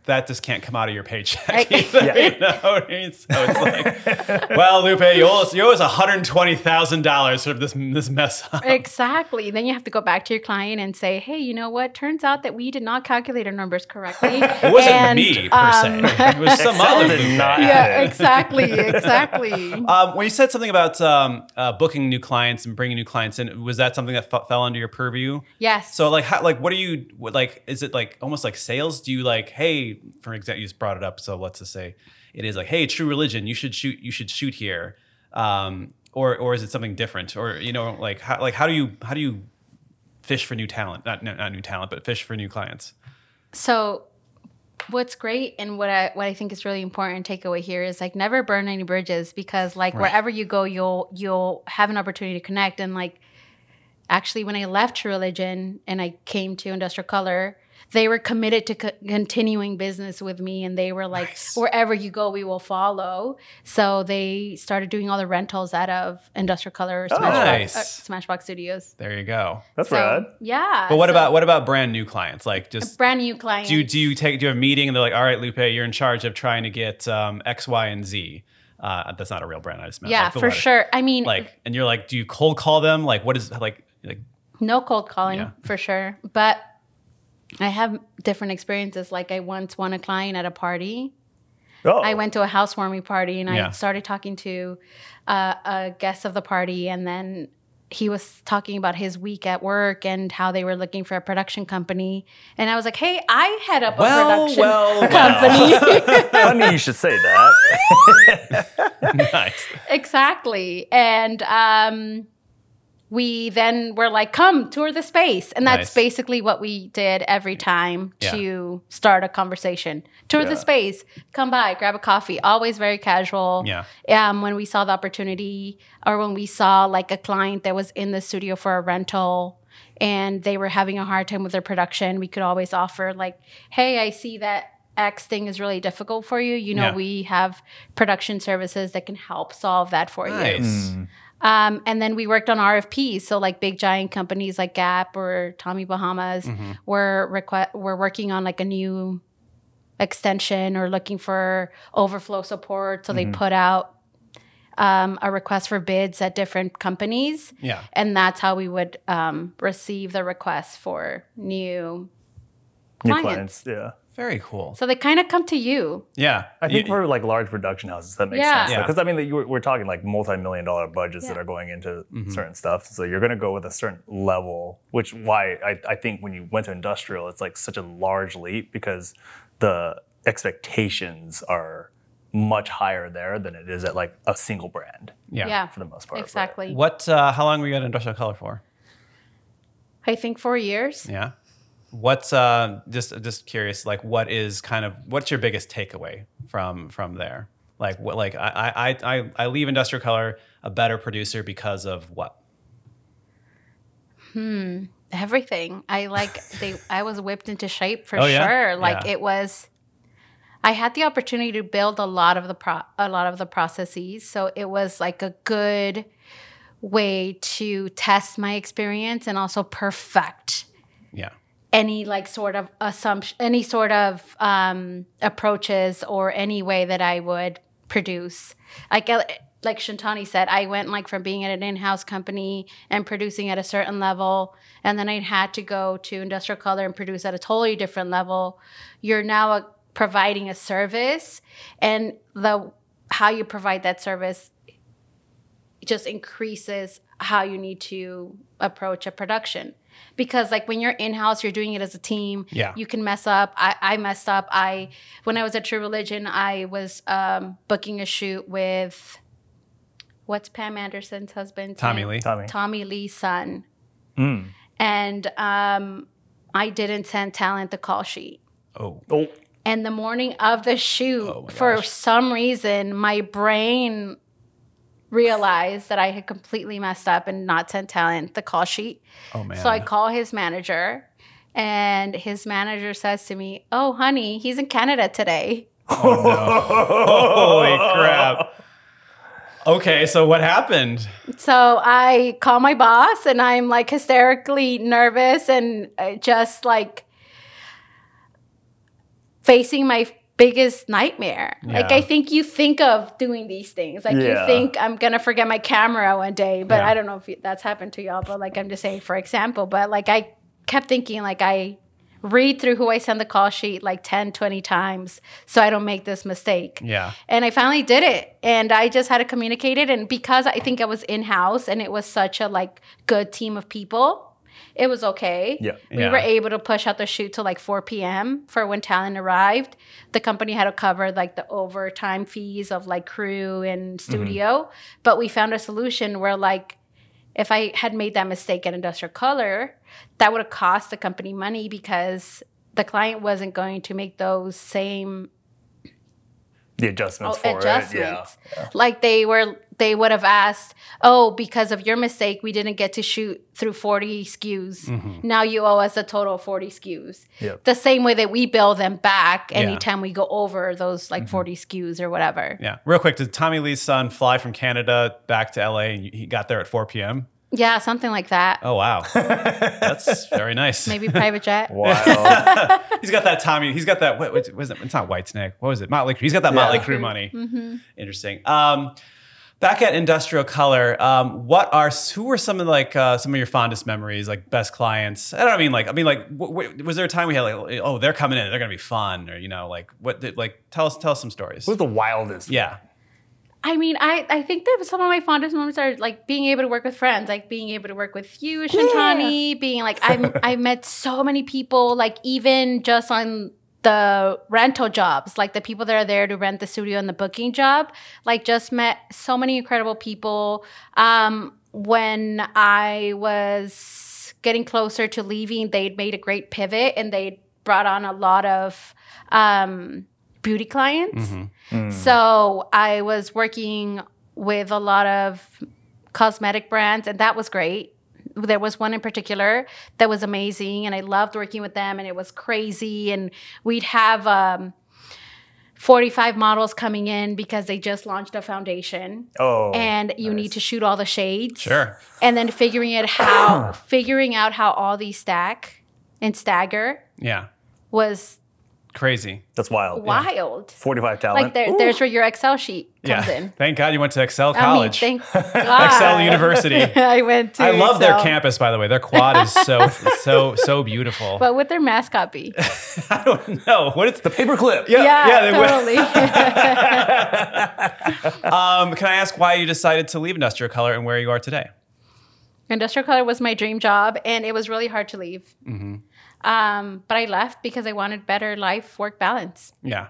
Speaker 1: that just can't come out of your paycheck.
Speaker 2: I-
Speaker 1: either,
Speaker 3: Yeah.
Speaker 1: you know what I mean? So it's like, well, Lupe, you owe us you owe us one hundred twenty thousand dollars for this this mess up.
Speaker 2: Exactly. Then you have to go back to your client and say, "Hey, you know what? Turns out that we did not calculate our numbers correctly."
Speaker 1: It wasn't me per se. It was some
Speaker 3: Excel
Speaker 1: other
Speaker 3: um, did
Speaker 1: Lupe.
Speaker 3: not
Speaker 2: Yeah, exactly, exactly.
Speaker 1: Um, when you said something about um, uh, booking new clients and bringing new clients in, was that something that f- fell under your purview?
Speaker 2: yes.
Speaker 1: So like, how, like, what are you what, like? Is it like almost like sales? Do you like, hey, for example, you just brought it up, so let's just say it is like, hey, True Religion, you should shoot, you should shoot here, um, or or is it something different, or you know, like how like how do you how do you fish for new talent? Not not not new talent, but fish for new clients.
Speaker 2: So what's great and what I what I think is really important takeaway here is like never burn any bridges because like wherever you go you'll you'll have an opportunity to connect and like actually when I left True Religion and I came to Industrial Color they were committed to co- continuing business with me and they were like wherever you go we will follow so they started doing all the rentals out of industrial color smashbox,
Speaker 1: nice.
Speaker 2: uh, smashbox studios
Speaker 1: There you go.
Speaker 3: That's
Speaker 2: So,
Speaker 3: rad.
Speaker 2: yeah
Speaker 1: But what
Speaker 2: so
Speaker 1: about what about brand new clients? Like just
Speaker 2: brand new clients
Speaker 1: do you, do you take do you have a meeting and they're like, all right, Lupe, you're in charge of trying to get um, X, Y, and Z. Uh, that's not a real brand. I just meant
Speaker 2: yeah
Speaker 1: like, the
Speaker 2: for
Speaker 1: letter.
Speaker 2: sure i mean
Speaker 1: Like, and you're like, do you cold call them? Like, what is like like
Speaker 2: No cold calling
Speaker 1: Yeah.
Speaker 2: for sure. But I have different experiences. Like I once won a client at a party.
Speaker 3: Oh,
Speaker 2: I went to a housewarming party and
Speaker 1: Yeah.
Speaker 2: I started talking to uh, a guest of the party, and then he was talking about his week at work and how they were looking for a production company. And I was like, "Hey, I head up a
Speaker 1: Well,
Speaker 2: production
Speaker 1: well, well.
Speaker 2: company."
Speaker 3: Funny you should say that.
Speaker 1: nice.
Speaker 2: exactly. And um, we then were like, "Come tour the space," and that's
Speaker 1: Nice.
Speaker 2: basically what we did every time
Speaker 1: Yeah.
Speaker 2: to start a conversation. Tour
Speaker 3: Yeah.
Speaker 2: the space. Come by, grab a coffee. Always very casual.
Speaker 1: Yeah.
Speaker 2: um, when we saw the opportunity or when we saw like a client that was in the studio for a rental and they were having a hard time with their production, we could always offer like, hey, I see that X thing is really difficult for you. You know,
Speaker 1: Yeah.
Speaker 2: we have production services that can help solve that for you.
Speaker 1: Nice.
Speaker 3: Mm.
Speaker 2: Um, and then we worked on RFPs. So like big giant companies like Gap or Tommy Bahamas
Speaker 3: Mm-hmm.
Speaker 2: were requ- were working on like a new extension or looking for overflow support. So
Speaker 3: Mm-hmm.
Speaker 2: they put out um, a request for bids at different companies,
Speaker 1: Yeah.
Speaker 2: and that's how we would um, receive the request for new.
Speaker 3: New
Speaker 2: Clients.
Speaker 3: clients, yeah.
Speaker 1: Very cool.
Speaker 2: So they kind of come to you.
Speaker 1: yeah.
Speaker 3: I think
Speaker 1: You-
Speaker 3: for like large production houses, that makes
Speaker 2: Yeah.
Speaker 3: sense.
Speaker 1: Yeah.
Speaker 3: Because I mean, that you were, we're talking like multi-million dollar budgets that
Speaker 2: Yeah.
Speaker 3: are going into
Speaker 1: Mm-hmm.
Speaker 3: certain stuff. So you're going to go with a certain level, which why I, I think when you went to industrial, it's like such a large leap because the expectations are much higher there than it is at like a single brand
Speaker 1: yeah.
Speaker 2: Yeah,
Speaker 3: for the most part.
Speaker 2: exactly.
Speaker 1: What? Uh, how long were you at Industrial Color for?
Speaker 2: I think four years.
Speaker 1: Yeah. What's uh, just just curious? Like, what is kind of what's your biggest takeaway from from there? Like, what? Like, I I I- I, I leave Industrial Color a better producer because of what?
Speaker 2: everything. I like they I was whipped into shape for
Speaker 1: Oh, yeah?
Speaker 2: sure. Like
Speaker 1: Yeah.
Speaker 2: it was I had the opportunity to build a lot of the pro- a lot of the processes. So it was like a good way to test my experience and also perfect
Speaker 1: Yeah.
Speaker 2: any like sort of assumption any sort of um approaches or any way that i would produce like uh, like shantani said i went like from being at an in-house company and producing at a certain level and then i had to go to industrial color and produce at a totally different level you're now uh providing a service and the how you provide that service just increases how you need to approach a production because like when you're in-house you're doing it as a team
Speaker 1: Yeah.
Speaker 2: you can mess up i, I messed up i when i was at true religion i was um, booking a shoot with what's pam anderson's husband
Speaker 1: Tommy Lee. Mm.
Speaker 3: Tommy.
Speaker 2: tommy lee's son and um, i didn't send talent the call sheet
Speaker 1: Oh.
Speaker 3: Oh,
Speaker 2: and the morning of the shoot,
Speaker 1: Oh my
Speaker 2: for
Speaker 1: gosh.
Speaker 2: some reason, my brain realized that I had completely messed up and not sent talent the call sheet.
Speaker 1: Oh man.
Speaker 2: So I call his manager, and his manager says to me, Oh, honey, he's in Canada today.
Speaker 1: Holy crap. Okay, so what happened?
Speaker 2: So I call my boss, and I'm like hysterically nervous and uh, just like facing my biggest nightmare. Like
Speaker 1: Yeah.
Speaker 2: I think you think of doing these things. Like you
Speaker 3: Yeah.
Speaker 2: think I'm gonna forget my camera one day, but
Speaker 1: Yeah.
Speaker 2: I don't know if you- that's happened to y'all. But like I'm just saying, for example, but like I kept thinking like I read through who I send the call sheet like 10, 20 times so I don't make this mistake.
Speaker 1: Yeah.
Speaker 2: And I finally did it. And I just had to communicate it. And because I think I was in house and it was such a like good team of people, it was okay.
Speaker 3: Yeah.
Speaker 2: We
Speaker 1: Yeah.
Speaker 2: were able to push out the shoot till like 4 p.m. for when talent arrived. The company had to cover like the overtime fees of like crew and studio. But we found a solution where like if I had made that mistake at Industrial Color, that would have cost the company money because the client wasn't going to make those same
Speaker 3: the adjustments for it. Yeah.
Speaker 2: Oh, adjustments. Like they were, they would have asked, "Oh, because of your mistake, we didn't get to shoot through forty SKUs. Now you owe us a total of forty SKUs."
Speaker 3: Yep.
Speaker 2: The same way that we bill them back
Speaker 1: Yeah.
Speaker 2: anytime we go over those like forty SKUs or whatever.
Speaker 1: Yeah. Real quick, did Tommy Lee's son fly from Canada back to LA and he got there at 4 p.m.?
Speaker 2: Yeah, something like that.
Speaker 1: Oh wow. That's very nice.
Speaker 2: Maybe private jet.
Speaker 3: Wow.
Speaker 1: He's got that Tommy. He's got that. What, what was it? It's not White Snake. What was it? Motley Crue. He's got that Motley Crue money. Interesting. Um, Back at Industrial Color, um, what are who were some of like uh, some of your fondest memories, like best clients? I don't mean like I mean like w- w- was there a time we had like oh they're coming in they're gonna be fun or you know like what did, like tell us tell us some stories.
Speaker 3: What was the wildest?
Speaker 1: Yeah,
Speaker 2: I mean, I, I think that some of my fondest moments are like being able to work with friends, like being able to work with you, Shantani, being like I I met so many people, like even just on the rental jobs, like the people that are there to rent the studio and the booking job, like just met so many incredible people. Um, when I was getting closer to leaving, they'd made a great pivot and they brought on a lot of um, beauty clients.
Speaker 1: Hmm.
Speaker 2: So I was working with a lot of cosmetic brands, and that was great. There was one in particular that was amazing, and I loved working with them, and it was crazy. And we'd have um, 45 models coming in because they just launched a foundation,
Speaker 3: Oh,
Speaker 2: and you need to shoot all the shades
Speaker 1: sure.
Speaker 2: and then figuring it how figuring out how all these stack and stagger
Speaker 1: Yeah,
Speaker 2: was
Speaker 1: crazy.
Speaker 3: that's wild.
Speaker 2: wild.
Speaker 3: Forty-five talent.
Speaker 2: Like there, there's where your Excel sheet comes
Speaker 1: yeah,
Speaker 2: in.
Speaker 1: thank God you went to Excel
Speaker 2: I mean,
Speaker 1: College,
Speaker 2: thank God.
Speaker 1: Excel University.
Speaker 2: I went to.
Speaker 1: I love their
Speaker 2: Excel.
Speaker 1: campus, by the way. Their quad is so so so beautiful.
Speaker 2: But with their mascot be.
Speaker 1: I don't know what it's the
Speaker 3: paperclip.
Speaker 1: yeah
Speaker 2: Yeah,
Speaker 1: yeah they went-
Speaker 2: totally.
Speaker 1: Um, can I ask why you decided to leave Industrial Color and where you are today?
Speaker 2: Industrial color was my dream job, and it was really hard to leave.
Speaker 1: Mm-hmm.
Speaker 2: Um, but I left because I wanted better life work balance.
Speaker 1: Yeah.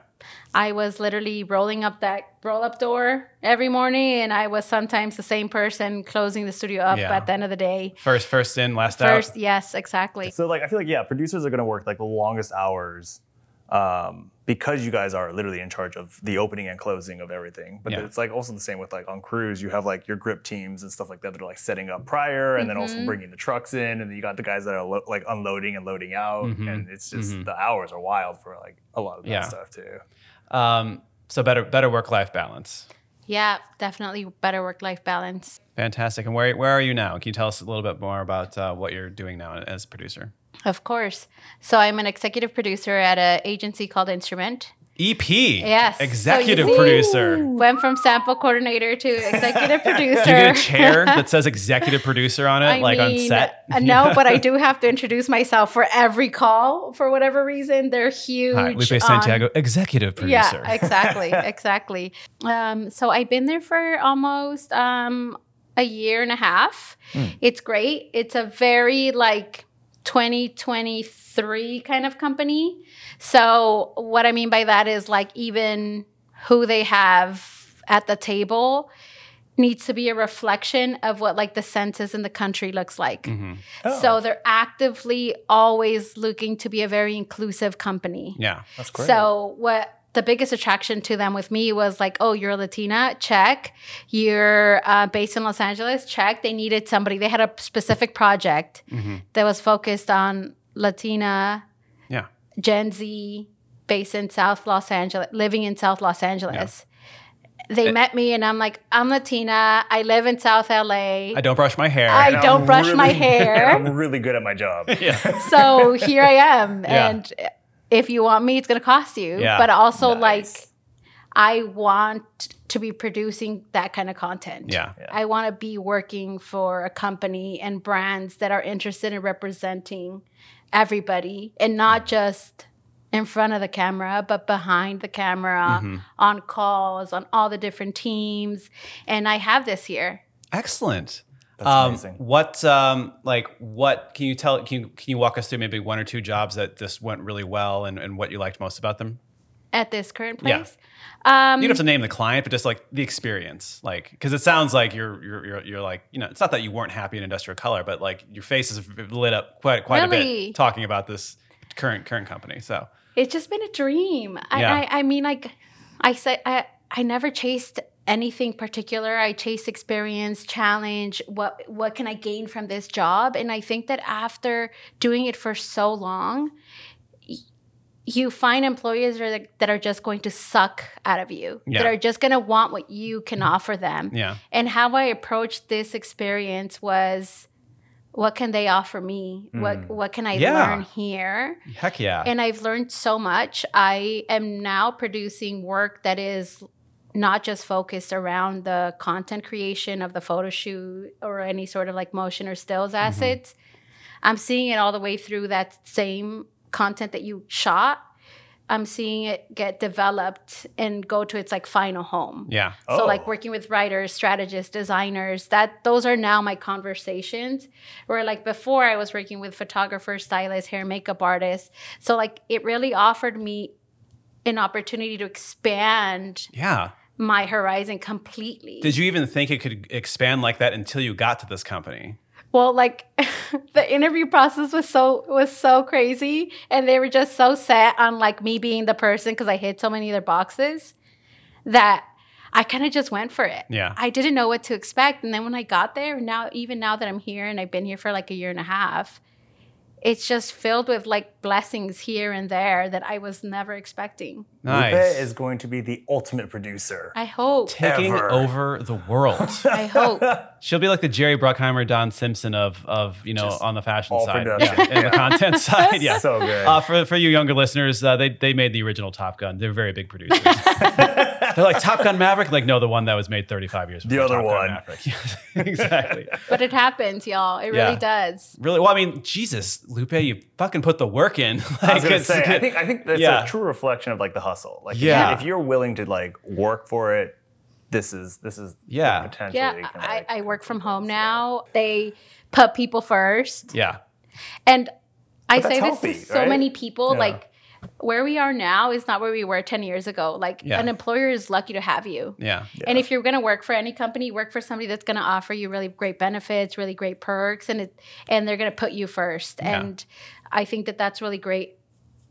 Speaker 2: I was literally rolling up that roll up door every morning, and I was sometimes the same person closing the studio up
Speaker 1: Yeah.
Speaker 2: at the end of the day.
Speaker 1: First, first in, last
Speaker 2: First,
Speaker 1: out.
Speaker 2: yes, exactly.
Speaker 3: So like I feel like yeah, producers are gonna work like the longest hours um, because you guys are literally in charge of the opening and closing of everything. But
Speaker 1: Yeah.
Speaker 3: it's like also the same with like on crews, you have like your grip teams and stuff like that that are like setting up prior and then
Speaker 2: Mm-hmm.
Speaker 3: also bringing the trucks in, and then you got the guys that are lo- like unloading and loading out, and it's just the hours are wild for like a lot of that
Speaker 1: Mm-hmm. Yeah.
Speaker 3: stuff too.
Speaker 1: Um, so better, better work life balance.
Speaker 2: Yeah, definitely better work life balance.
Speaker 1: Fantastic. And where where are you now? Can you tell us a little bit more about uh, what you're doing now as a producer?
Speaker 2: Of course. So I'm an executive producer at an agency called Instrument.
Speaker 1: EP.
Speaker 2: Yes.
Speaker 1: E Executive
Speaker 2: So you see-
Speaker 1: producer.
Speaker 2: Went from sample coordinator to executive producer.
Speaker 1: Do you get a chair that says executive producer on it,
Speaker 2: I
Speaker 1: like on
Speaker 2: mean,
Speaker 1: set?
Speaker 2: uh, no, but I do have to introduce myself for every call for whatever reason. They're huge.
Speaker 1: Hi, Lupe
Speaker 2: on-
Speaker 1: Santiago, executive producer.
Speaker 2: um, Yeah, exactly, exactly. Um, so I've been there for almost um, a year and a half. It's great. It's a very like 2023 kind of company. So what I mean by that is like even who they have at the table needs to be a reflection of what like the census in the country looks like.
Speaker 1: Mm. Mm-hmm,
Speaker 3: Oh.
Speaker 2: So they're actively always looking to be a very inclusive company.
Speaker 1: yeah.
Speaker 3: That's great.
Speaker 2: So what the biggest attraction to them with me was like, oh, you're Latina, check. You're uh, based in Los Angeles, check. They needed somebody. They had a specific project
Speaker 1: mm-hmm.
Speaker 2: that was focused on Latina,
Speaker 1: Yeah.
Speaker 2: Gen Z, based in South Los Angeles, living in South Los Angeles. They met me and I'm like, I'm Latina. I live in South LA.
Speaker 1: I don't brush my hair.
Speaker 2: I
Speaker 3: And
Speaker 2: don't
Speaker 3: I'm
Speaker 2: brush my
Speaker 3: really-
Speaker 2: hair.
Speaker 3: and I'm really good at my job.
Speaker 1: yeah.
Speaker 2: so here I am.
Speaker 1: Yeah.
Speaker 2: And if you want me, it's going to cost you.
Speaker 1: Yeah.
Speaker 2: But also, like,
Speaker 3: Nice.
Speaker 2: I want to be producing that kind of content.
Speaker 1: Yeah.
Speaker 2: I want to be working for a company and brands that are interested in representing everybody and not just in front of the camera, but behind the camera,
Speaker 1: Mm-hmm.
Speaker 2: on calls, on all the different teams. And I have this here.
Speaker 1: Excellent.
Speaker 3: That's
Speaker 1: um,
Speaker 3: amazing.
Speaker 1: What um, like what can you tell? Can you, can you walk us through maybe one or two jobs that just went really well and, and what you liked most about them?
Speaker 2: At this current
Speaker 1: Yeah.
Speaker 2: place, um,
Speaker 1: You don't have to name the client, but just like the experience, like because it sounds like you're, you're you're you're like you know it's not that you weren't happy in Industrial Color, but like your face is lit up quite quite a
Speaker 2: Really?
Speaker 1: bit talking about this current current company. So
Speaker 2: it's just been a dream. I,
Speaker 1: Yeah.
Speaker 2: I, I mean, like I said, I, I never chased anything particular. I chased experience, challenge. What, what can I gain from this job? And I think that after doing it for so long, y- you find employers that are, that are just going to suck out of you, that
Speaker 1: Yeah. Mm-hmm.
Speaker 2: are just going to want what you can offer them.
Speaker 1: yeah,
Speaker 2: And how I approached this experience was, what can they offer me? What, what can I
Speaker 1: Mm. Yeah.
Speaker 2: learn here?
Speaker 1: heck yeah,
Speaker 2: and I've learned so much. I am now producing work that is not just focused around the content creation of the photo shoot or any sort of like motion or stills assets. I'm seeing it all the way through that same content that you shot. I'm seeing it get developed and go to its like final home.
Speaker 1: Yeah.
Speaker 3: Oh.
Speaker 2: So like working with writers, strategists, designers, that those are now my conversations. Where like before I was working with photographers, stylists, hair and makeup artists. So like it really offered me an opportunity to expand
Speaker 1: Yeah.
Speaker 2: my horizon completely.
Speaker 1: Did you even think it could expand like that until you got to this company?
Speaker 2: well, like the interview process was so was so crazy and they were just so set on like me being the person cuz I hit so many of their boxes that I kind of just went for it.
Speaker 1: Yeah.
Speaker 2: I didn't know what to expect. And then when I got there, now even now that I'm here and I've been here for like a year and a half, it's just filled with like blessings here and there that I was never expecting.
Speaker 1: Nice.
Speaker 3: Lupe is going to be the ultimate producer.
Speaker 2: I hope.
Speaker 1: Taking
Speaker 3: Ever.
Speaker 1: over the world.
Speaker 2: I hope.
Speaker 1: She'll be like the Jerry Bruckheimer, Don Simpson of of you know
Speaker 3: Just
Speaker 1: on the fashion
Speaker 3: all
Speaker 1: side
Speaker 3: production.
Speaker 1: Yeah, and the
Speaker 3: Yeah.
Speaker 1: content side. Yeah.
Speaker 3: So good.
Speaker 1: Uh, for, for you younger listeners, uh, they, they made the original Top Gun. They're very big producers. They're like Top Gun Maverick. Like no, the one that was made 35 years. before
Speaker 3: other
Speaker 1: Top Gun
Speaker 3: one.
Speaker 1: Maverick. Yeah, exactly.
Speaker 2: But it happens, y'all. It
Speaker 1: Yeah.
Speaker 2: really does.
Speaker 1: Really? Well, I mean, Jesus, Lupe, you fucking put the work in. Like,
Speaker 3: I was gonna
Speaker 1: it's-
Speaker 3: say, I think I think that's
Speaker 1: Yeah.
Speaker 3: a true reflection of like the hustle. Like, if you-
Speaker 1: Yeah.
Speaker 3: if you're willing to like work for it, this is this is
Speaker 1: Yeah.
Speaker 3: the potential. that you
Speaker 2: Yeah.
Speaker 3: can,
Speaker 2: I,
Speaker 3: like-
Speaker 2: I work from home now. They put people first.
Speaker 1: yeah.
Speaker 2: And I
Speaker 3: that's
Speaker 2: say this
Speaker 3: healthy,
Speaker 2: to so
Speaker 3: right?
Speaker 2: many people,
Speaker 3: Yeah.
Speaker 2: like where we are now is not where we were 10 years ago. Like
Speaker 1: Yeah.
Speaker 2: an employer is lucky to have you.
Speaker 1: Yeah.
Speaker 2: And if you're going to work for any company, work for somebody that's going to offer you really great benefits, really great perks, and it, and they're going to put you first.
Speaker 1: Yeah.
Speaker 2: And I think that that's really great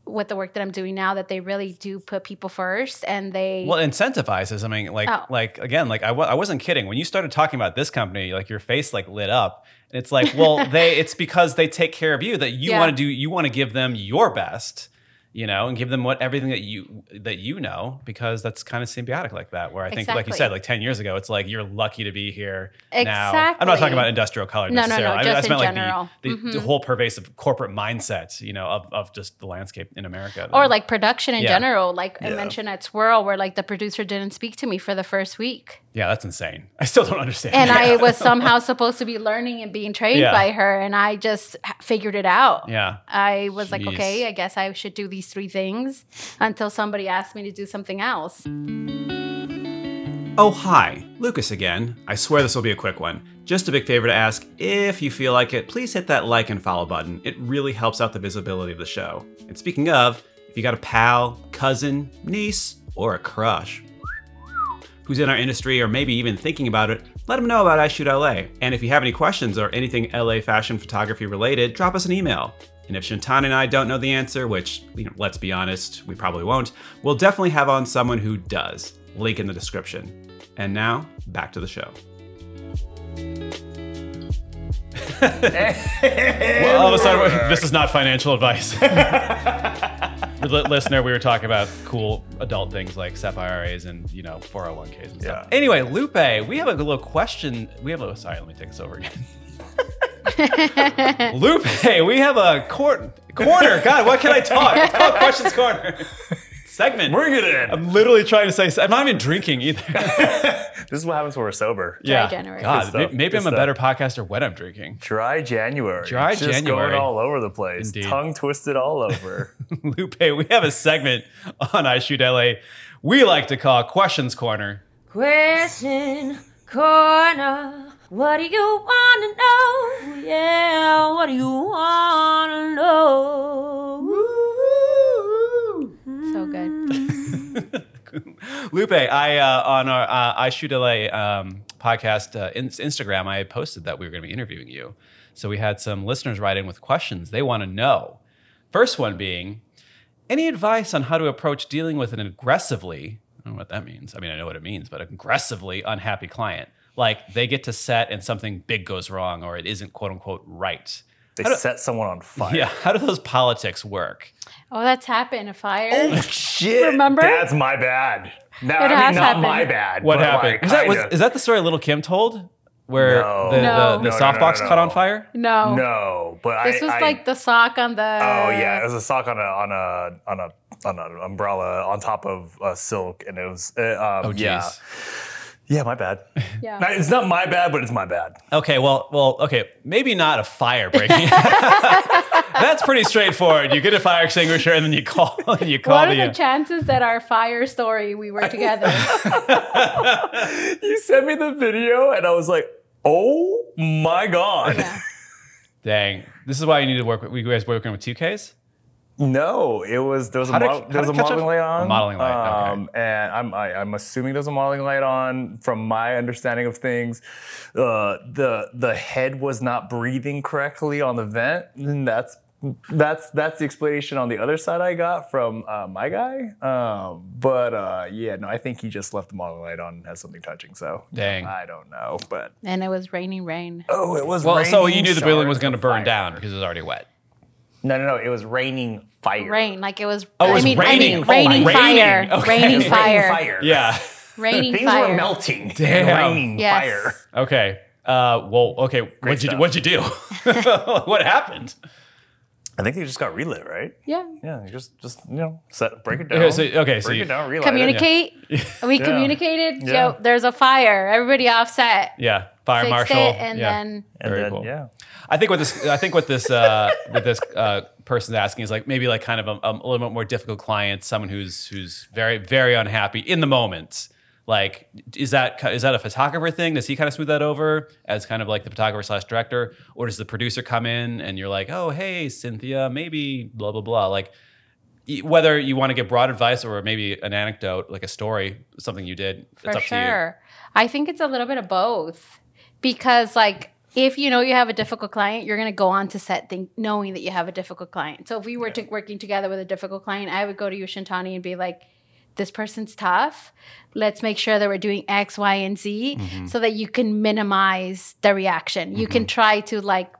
Speaker 2: with the work that I'm doing now that they really do put people first, and they
Speaker 1: Well, it incentivizes. I mean, like,
Speaker 2: Oh.
Speaker 1: like again, like I w- I wasn't kidding. When you started talking about this company, like your face like lit up. And it's like, well, they it's because they take care of you that you
Speaker 2: Yeah.
Speaker 1: want to do. You want to give them your best, you know, and give them what everything that you that you know because that's kind of symbiotic like that. Where I think, like you
Speaker 2: Exactly.
Speaker 1: said, like ten years ago, it's like you're lucky to be here now. I'm not
Speaker 2: Exactly.
Speaker 1: talking about industrial color
Speaker 2: No, no, no,
Speaker 1: necessarily. I, mean,
Speaker 2: just
Speaker 1: I
Speaker 2: in
Speaker 1: meant
Speaker 2: general. Mm-hmm.
Speaker 1: like the, the, the whole pervasive corporate mindset, you know, of of just the landscape in America.
Speaker 2: or like production in
Speaker 1: Uh, Yeah.
Speaker 2: general. Like I
Speaker 3: Yeah.
Speaker 2: mentioned at Swirl, where like the producer didn't speak to me for the first week.
Speaker 1: yeah, that's insane. I still don't understand.
Speaker 2: and
Speaker 1: that.
Speaker 2: I was somehow supposed to be learning and being trained
Speaker 1: Yeah.
Speaker 2: by her, and I just h- figured it out.
Speaker 1: yeah.
Speaker 2: I was like,
Speaker 1: Jeez.
Speaker 2: okay, I guess I should do these three things until somebody asked me to do something else.
Speaker 1: Oh, hi, Lucas again. I swear this will be a quick one. Just a big favor to ask if you feel like it, please hit that like and follow button. It really helps out the visibility of the show. And speaking of, if you got a pal, cousin, niece, or a crush who's in our industry or maybe even thinking about it, let them know about I Shoot LA. And if you have any questions or anything LA fashion photography related, drop us an email. And if Shantan and I don't know the answer, which, you know, let's be honest, we probably won't, we'll definitely have on someone who does. Link in the description. And now, back to the show. well, all of a sudden, this is not financial advice. listener, we were talking about cool adult things like SEP IRAs and you know 401ks and stuff.
Speaker 3: Yeah.
Speaker 1: Anyway, Lupe, we have a little question. We have a oh, sorry, let me take this over again. Lupe, we have a court, corner. God, what can I talk? It's called questions corner segment.
Speaker 3: Bring it in.
Speaker 1: I'm literally trying to say. I'm not even drinking either.
Speaker 3: this is what happens when we're sober.
Speaker 2: January.
Speaker 1: God,
Speaker 3: Good stuff,
Speaker 1: may- maybe
Speaker 3: good
Speaker 1: I'm a better podcaster when I'm drinking.
Speaker 3: Dry January.
Speaker 1: Dry
Speaker 3: Just
Speaker 1: January.
Speaker 3: going all over the place.
Speaker 1: Indeed.
Speaker 3: Tongue twisted all over.
Speaker 1: Lupe, we have a segment on I Shoot LA we like to call Questions Corner.
Speaker 4: Question corner. What do you wanna know? Yeah, what do you wanna know?
Speaker 2: So good.
Speaker 1: Lupe, I uh, on our uh, I Shoot LA um, podcast uh, in- Instagram, I posted that we were going to be interviewing you. So we had some listeners write in with questions they want to know. First one being, any advice on how to approach dealing with an aggressively, I don't know what that means. I mean, I know what it means, but aggressively unhappy client. Like they get to set and something big goes wrong or it isn't quote unquote right.
Speaker 3: They
Speaker 1: How do-
Speaker 3: set someone on fire.
Speaker 1: Yeah, how do those politics work?
Speaker 2: Oh, that's happened. A fire.
Speaker 3: Oh shit!
Speaker 2: Remember?
Speaker 3: That's my bad. No, I mean
Speaker 2: has
Speaker 3: not
Speaker 2: happened.
Speaker 3: my bad.
Speaker 1: What
Speaker 3: but,
Speaker 1: happened?
Speaker 3: Like,
Speaker 1: is, that, was,
Speaker 3: kinda.
Speaker 1: is that the story Little Kim told? where
Speaker 3: No.
Speaker 1: the,
Speaker 2: No.
Speaker 1: the, the
Speaker 3: No, no,
Speaker 1: softbox
Speaker 3: no, no,
Speaker 1: caught
Speaker 3: no.
Speaker 1: on fire?
Speaker 2: No.
Speaker 3: No, but
Speaker 2: Oh. This
Speaker 3: I,
Speaker 2: was
Speaker 3: I-
Speaker 2: like the sock on the.
Speaker 1: Uh,
Speaker 3: oh yeah, it was a sock on a on a on a on an umbrella on top of uh, silk, and it was uh, um,
Speaker 1: Oh,
Speaker 3: yeah,
Speaker 1: jeez.
Speaker 3: yeah, my bad.
Speaker 2: Yeah.
Speaker 3: Not- It's not my bad, but it's my bad.
Speaker 1: Okay, well, well, okay, maybe not a fire breaking. That's pretty straightforward. You get a fire extinguisher and then you call and you call
Speaker 2: What are
Speaker 1: the.
Speaker 2: the chances that our fire story we were together?
Speaker 3: You sent me the video, and I was like, oh my god.
Speaker 2: Yeah.
Speaker 1: dang, this is why you need to work. With, we guys working with two Ks.
Speaker 3: No, it was there was
Speaker 1: How
Speaker 3: a
Speaker 1: to-
Speaker 3: model,
Speaker 1: how
Speaker 3: there was
Speaker 1: to
Speaker 3: a
Speaker 1: catch up?
Speaker 3: modeling light on.
Speaker 1: A modeling light, okay.
Speaker 3: Um, and I'm I, I'm assuming there's a modeling light on. From my understanding of things, uh, the the head was not breathing correctly on the vent. And that's that's that's the explanation on the other side I got from uh, my guy. Um, but uh, yeah, no, I think he just left the modeling light on and had something touching. So
Speaker 1: Dang.
Speaker 3: I don't know. But
Speaker 2: and it was raining rain.
Speaker 3: oh, it was
Speaker 1: Well, so you
Speaker 3: raining
Speaker 1: knew the building was
Speaker 3: shards
Speaker 1: going to
Speaker 3: of
Speaker 1: burn
Speaker 3: fire.
Speaker 1: down because it was already wet.
Speaker 3: No, no, no, it was raining fire.
Speaker 2: Rain, like it was.
Speaker 1: it was
Speaker 2: I mean,
Speaker 1: raining.
Speaker 2: I
Speaker 1: Oh,
Speaker 2: mean, raining
Speaker 1: raining.
Speaker 2: fire.
Speaker 1: Okay. It
Speaker 2: Raining
Speaker 1: was raining
Speaker 2: fire.
Speaker 1: Yeah.
Speaker 2: Raining
Speaker 3: Things
Speaker 2: fire.
Speaker 3: were melting.
Speaker 1: Damn.
Speaker 3: And raining
Speaker 2: Yes.
Speaker 3: fire.
Speaker 1: Okay. Uh, well, okay. what'd you
Speaker 3: stuff.
Speaker 1: What'd you do? what happened?
Speaker 3: I think they just got relit, right?
Speaker 1: Oh,
Speaker 2: Yeah.
Speaker 3: Yeah, you just just you know, set break it down.
Speaker 1: Okay, so- okay,
Speaker 3: break
Speaker 1: so you-
Speaker 3: it down, relight it.
Speaker 2: Communicate. We communicated.
Speaker 3: Yeah.
Speaker 2: Yo, there's a fire. Everybody offset.
Speaker 1: Yeah. Fire
Speaker 2: Fixed
Speaker 1: marshal.
Speaker 2: it, and
Speaker 1: yeah.
Speaker 2: then
Speaker 3: And
Speaker 1: Very
Speaker 3: then,
Speaker 1: cool.
Speaker 3: yeah.
Speaker 1: I think what this I think what this uh, what this uh, person's asking is like maybe like kind of a, a little bit more difficult client, someone who's who's very very unhappy in the moment. Like, is that ki- is that a photographer thing? Does he kind of smooth that over as kind of like the photographer slash director, or does the producer come in and you're like, oh hey Cynthia, maybe blah blah blah. Like, y- whether you want to get broad advice or maybe an anecdote, like a story, something you did,
Speaker 2: for
Speaker 1: it's up to you.
Speaker 2: sure. I think it's a little bit of both because, like, if you know you have a difficult client, you're going to go on to set think, knowing that you have a difficult client. So if we were to, working together with a difficult client, I would go to you, Shantani, and be like, this person's tough. Let's make sure that we're doing X, Y, and Z
Speaker 1: Mm-hmm.
Speaker 2: so that you can minimize the reaction. You can try to, like,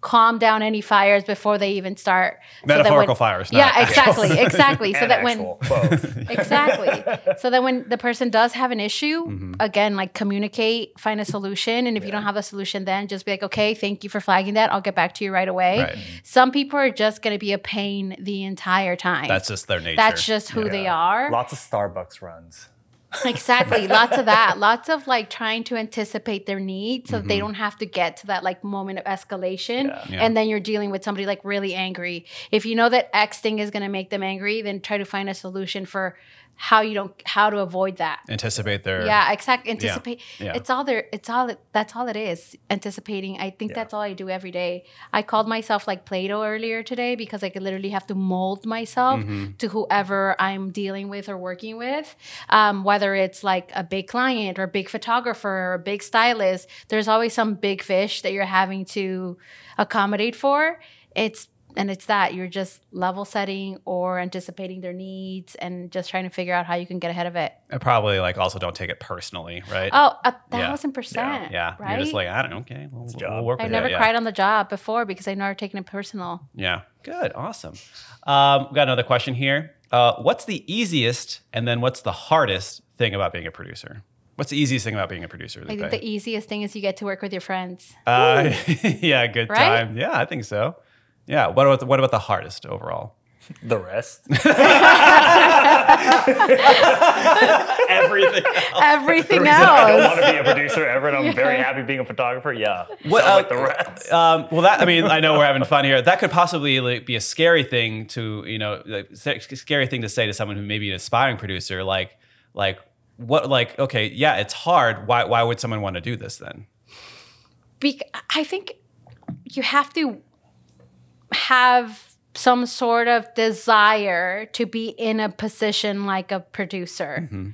Speaker 2: calm down any fires before they even start. so that when-
Speaker 1: Metaphorical fires, not
Speaker 2: Yeah,
Speaker 1: actual.
Speaker 2: exactly, exactly. so
Speaker 3: And
Speaker 2: that when
Speaker 3: actual, both.
Speaker 2: exactly so then when the person does have an issue
Speaker 1: Mm-hmm.
Speaker 2: again like communicate find a solution and if you don't have a solution then just be like okay thank you for flagging that i'll get back to you right away
Speaker 1: Right.
Speaker 2: some people are just going to be a pain the entire time
Speaker 1: That's just their nature.
Speaker 2: that's just who they are
Speaker 3: Lots of Starbucks runs.
Speaker 2: exactly lots of that lots of like trying to anticipate their needs so that they don't have to get to that like moment of escalation
Speaker 1: Yeah.
Speaker 2: and then you're dealing with somebody like really angry if you know that x thing is going to make them angry then try to find a solution for how you don't how to avoid that
Speaker 1: anticipate their
Speaker 2: yeah exactly anticipate
Speaker 1: Yeah.
Speaker 2: it's all there it's all that's all it is anticipating i think that's all i do every day i called myself like play-doh earlier today because i could literally have to mold myself to whoever i'm dealing with or working with um, whether it's like a big client or a big photographer or a big stylist there's always some big fish that you're having to accommodate for it's and it's that you're just level setting or anticipating their needs and just trying to figure out how you can get ahead of it
Speaker 1: And probably like also don't take it personally, right?
Speaker 2: Oh, a
Speaker 1: Yeah.
Speaker 2: thousand percent.
Speaker 1: Yeah.
Speaker 2: Right.
Speaker 1: You're just like, I don't know. Okay. We'll,
Speaker 3: job.
Speaker 1: we'll work
Speaker 2: I
Speaker 1: with
Speaker 2: never
Speaker 1: it. Yeah.
Speaker 2: cried on the job before because I never taken it personal.
Speaker 1: Yeah. Good. Awesome. Um, we got another question here. Uh, what's the easiest and then what's the hardest thing about being a producer? What's the easiest thing about being a producer?
Speaker 2: I think
Speaker 1: Lupe?
Speaker 2: the easiest thing is you get to work with your friends.
Speaker 1: uh, yeah. Good
Speaker 2: Right?
Speaker 1: time. Yeah. I think so. Yeah. What about the, what about the hardest overall?
Speaker 3: The rest.
Speaker 1: Everything.
Speaker 2: Everything
Speaker 3: I don't want
Speaker 2: else.
Speaker 3: to be a producer ever, and I'm very happy being a photographer. Yeah.
Speaker 1: What,
Speaker 3: Sound like
Speaker 1: uh,
Speaker 3: the rest.
Speaker 1: Um, well, that I mean, I know we're having fun here. That could possibly like, be a scary thing to you know, like, sc- scary thing to say to someone who may be an aspiring producer. Like, like what? Like, okay, yeah, it's hard. Why? Why would someone want to do this then?
Speaker 2: Be- I think you have to have some sort of desire to be in a position like a producer.
Speaker 1: Mm-hmm.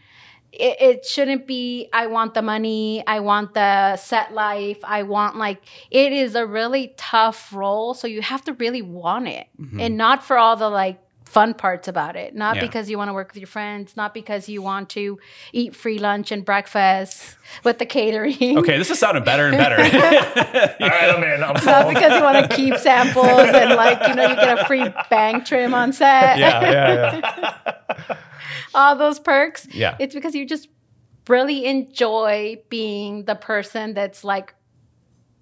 Speaker 2: it, it shouldn't be i want the money i want the set life i want like it is a really tough role so you have to really want it and not for all the like fun parts about it
Speaker 1: Mm-hmm.
Speaker 2: not
Speaker 1: Yeah.
Speaker 2: because you want to work with your friends not because you want to eat free lunch and breakfast with the catering
Speaker 1: Okay, this is sounding better and better.
Speaker 3: All right, I'm in. I'm
Speaker 2: not
Speaker 3: sold.
Speaker 2: because you want to keep samples and like you know you get a free bank trim on set
Speaker 1: yeah, yeah, yeah.
Speaker 2: all those perks
Speaker 1: Yeah.
Speaker 2: it's because you just really enjoy being the person that's like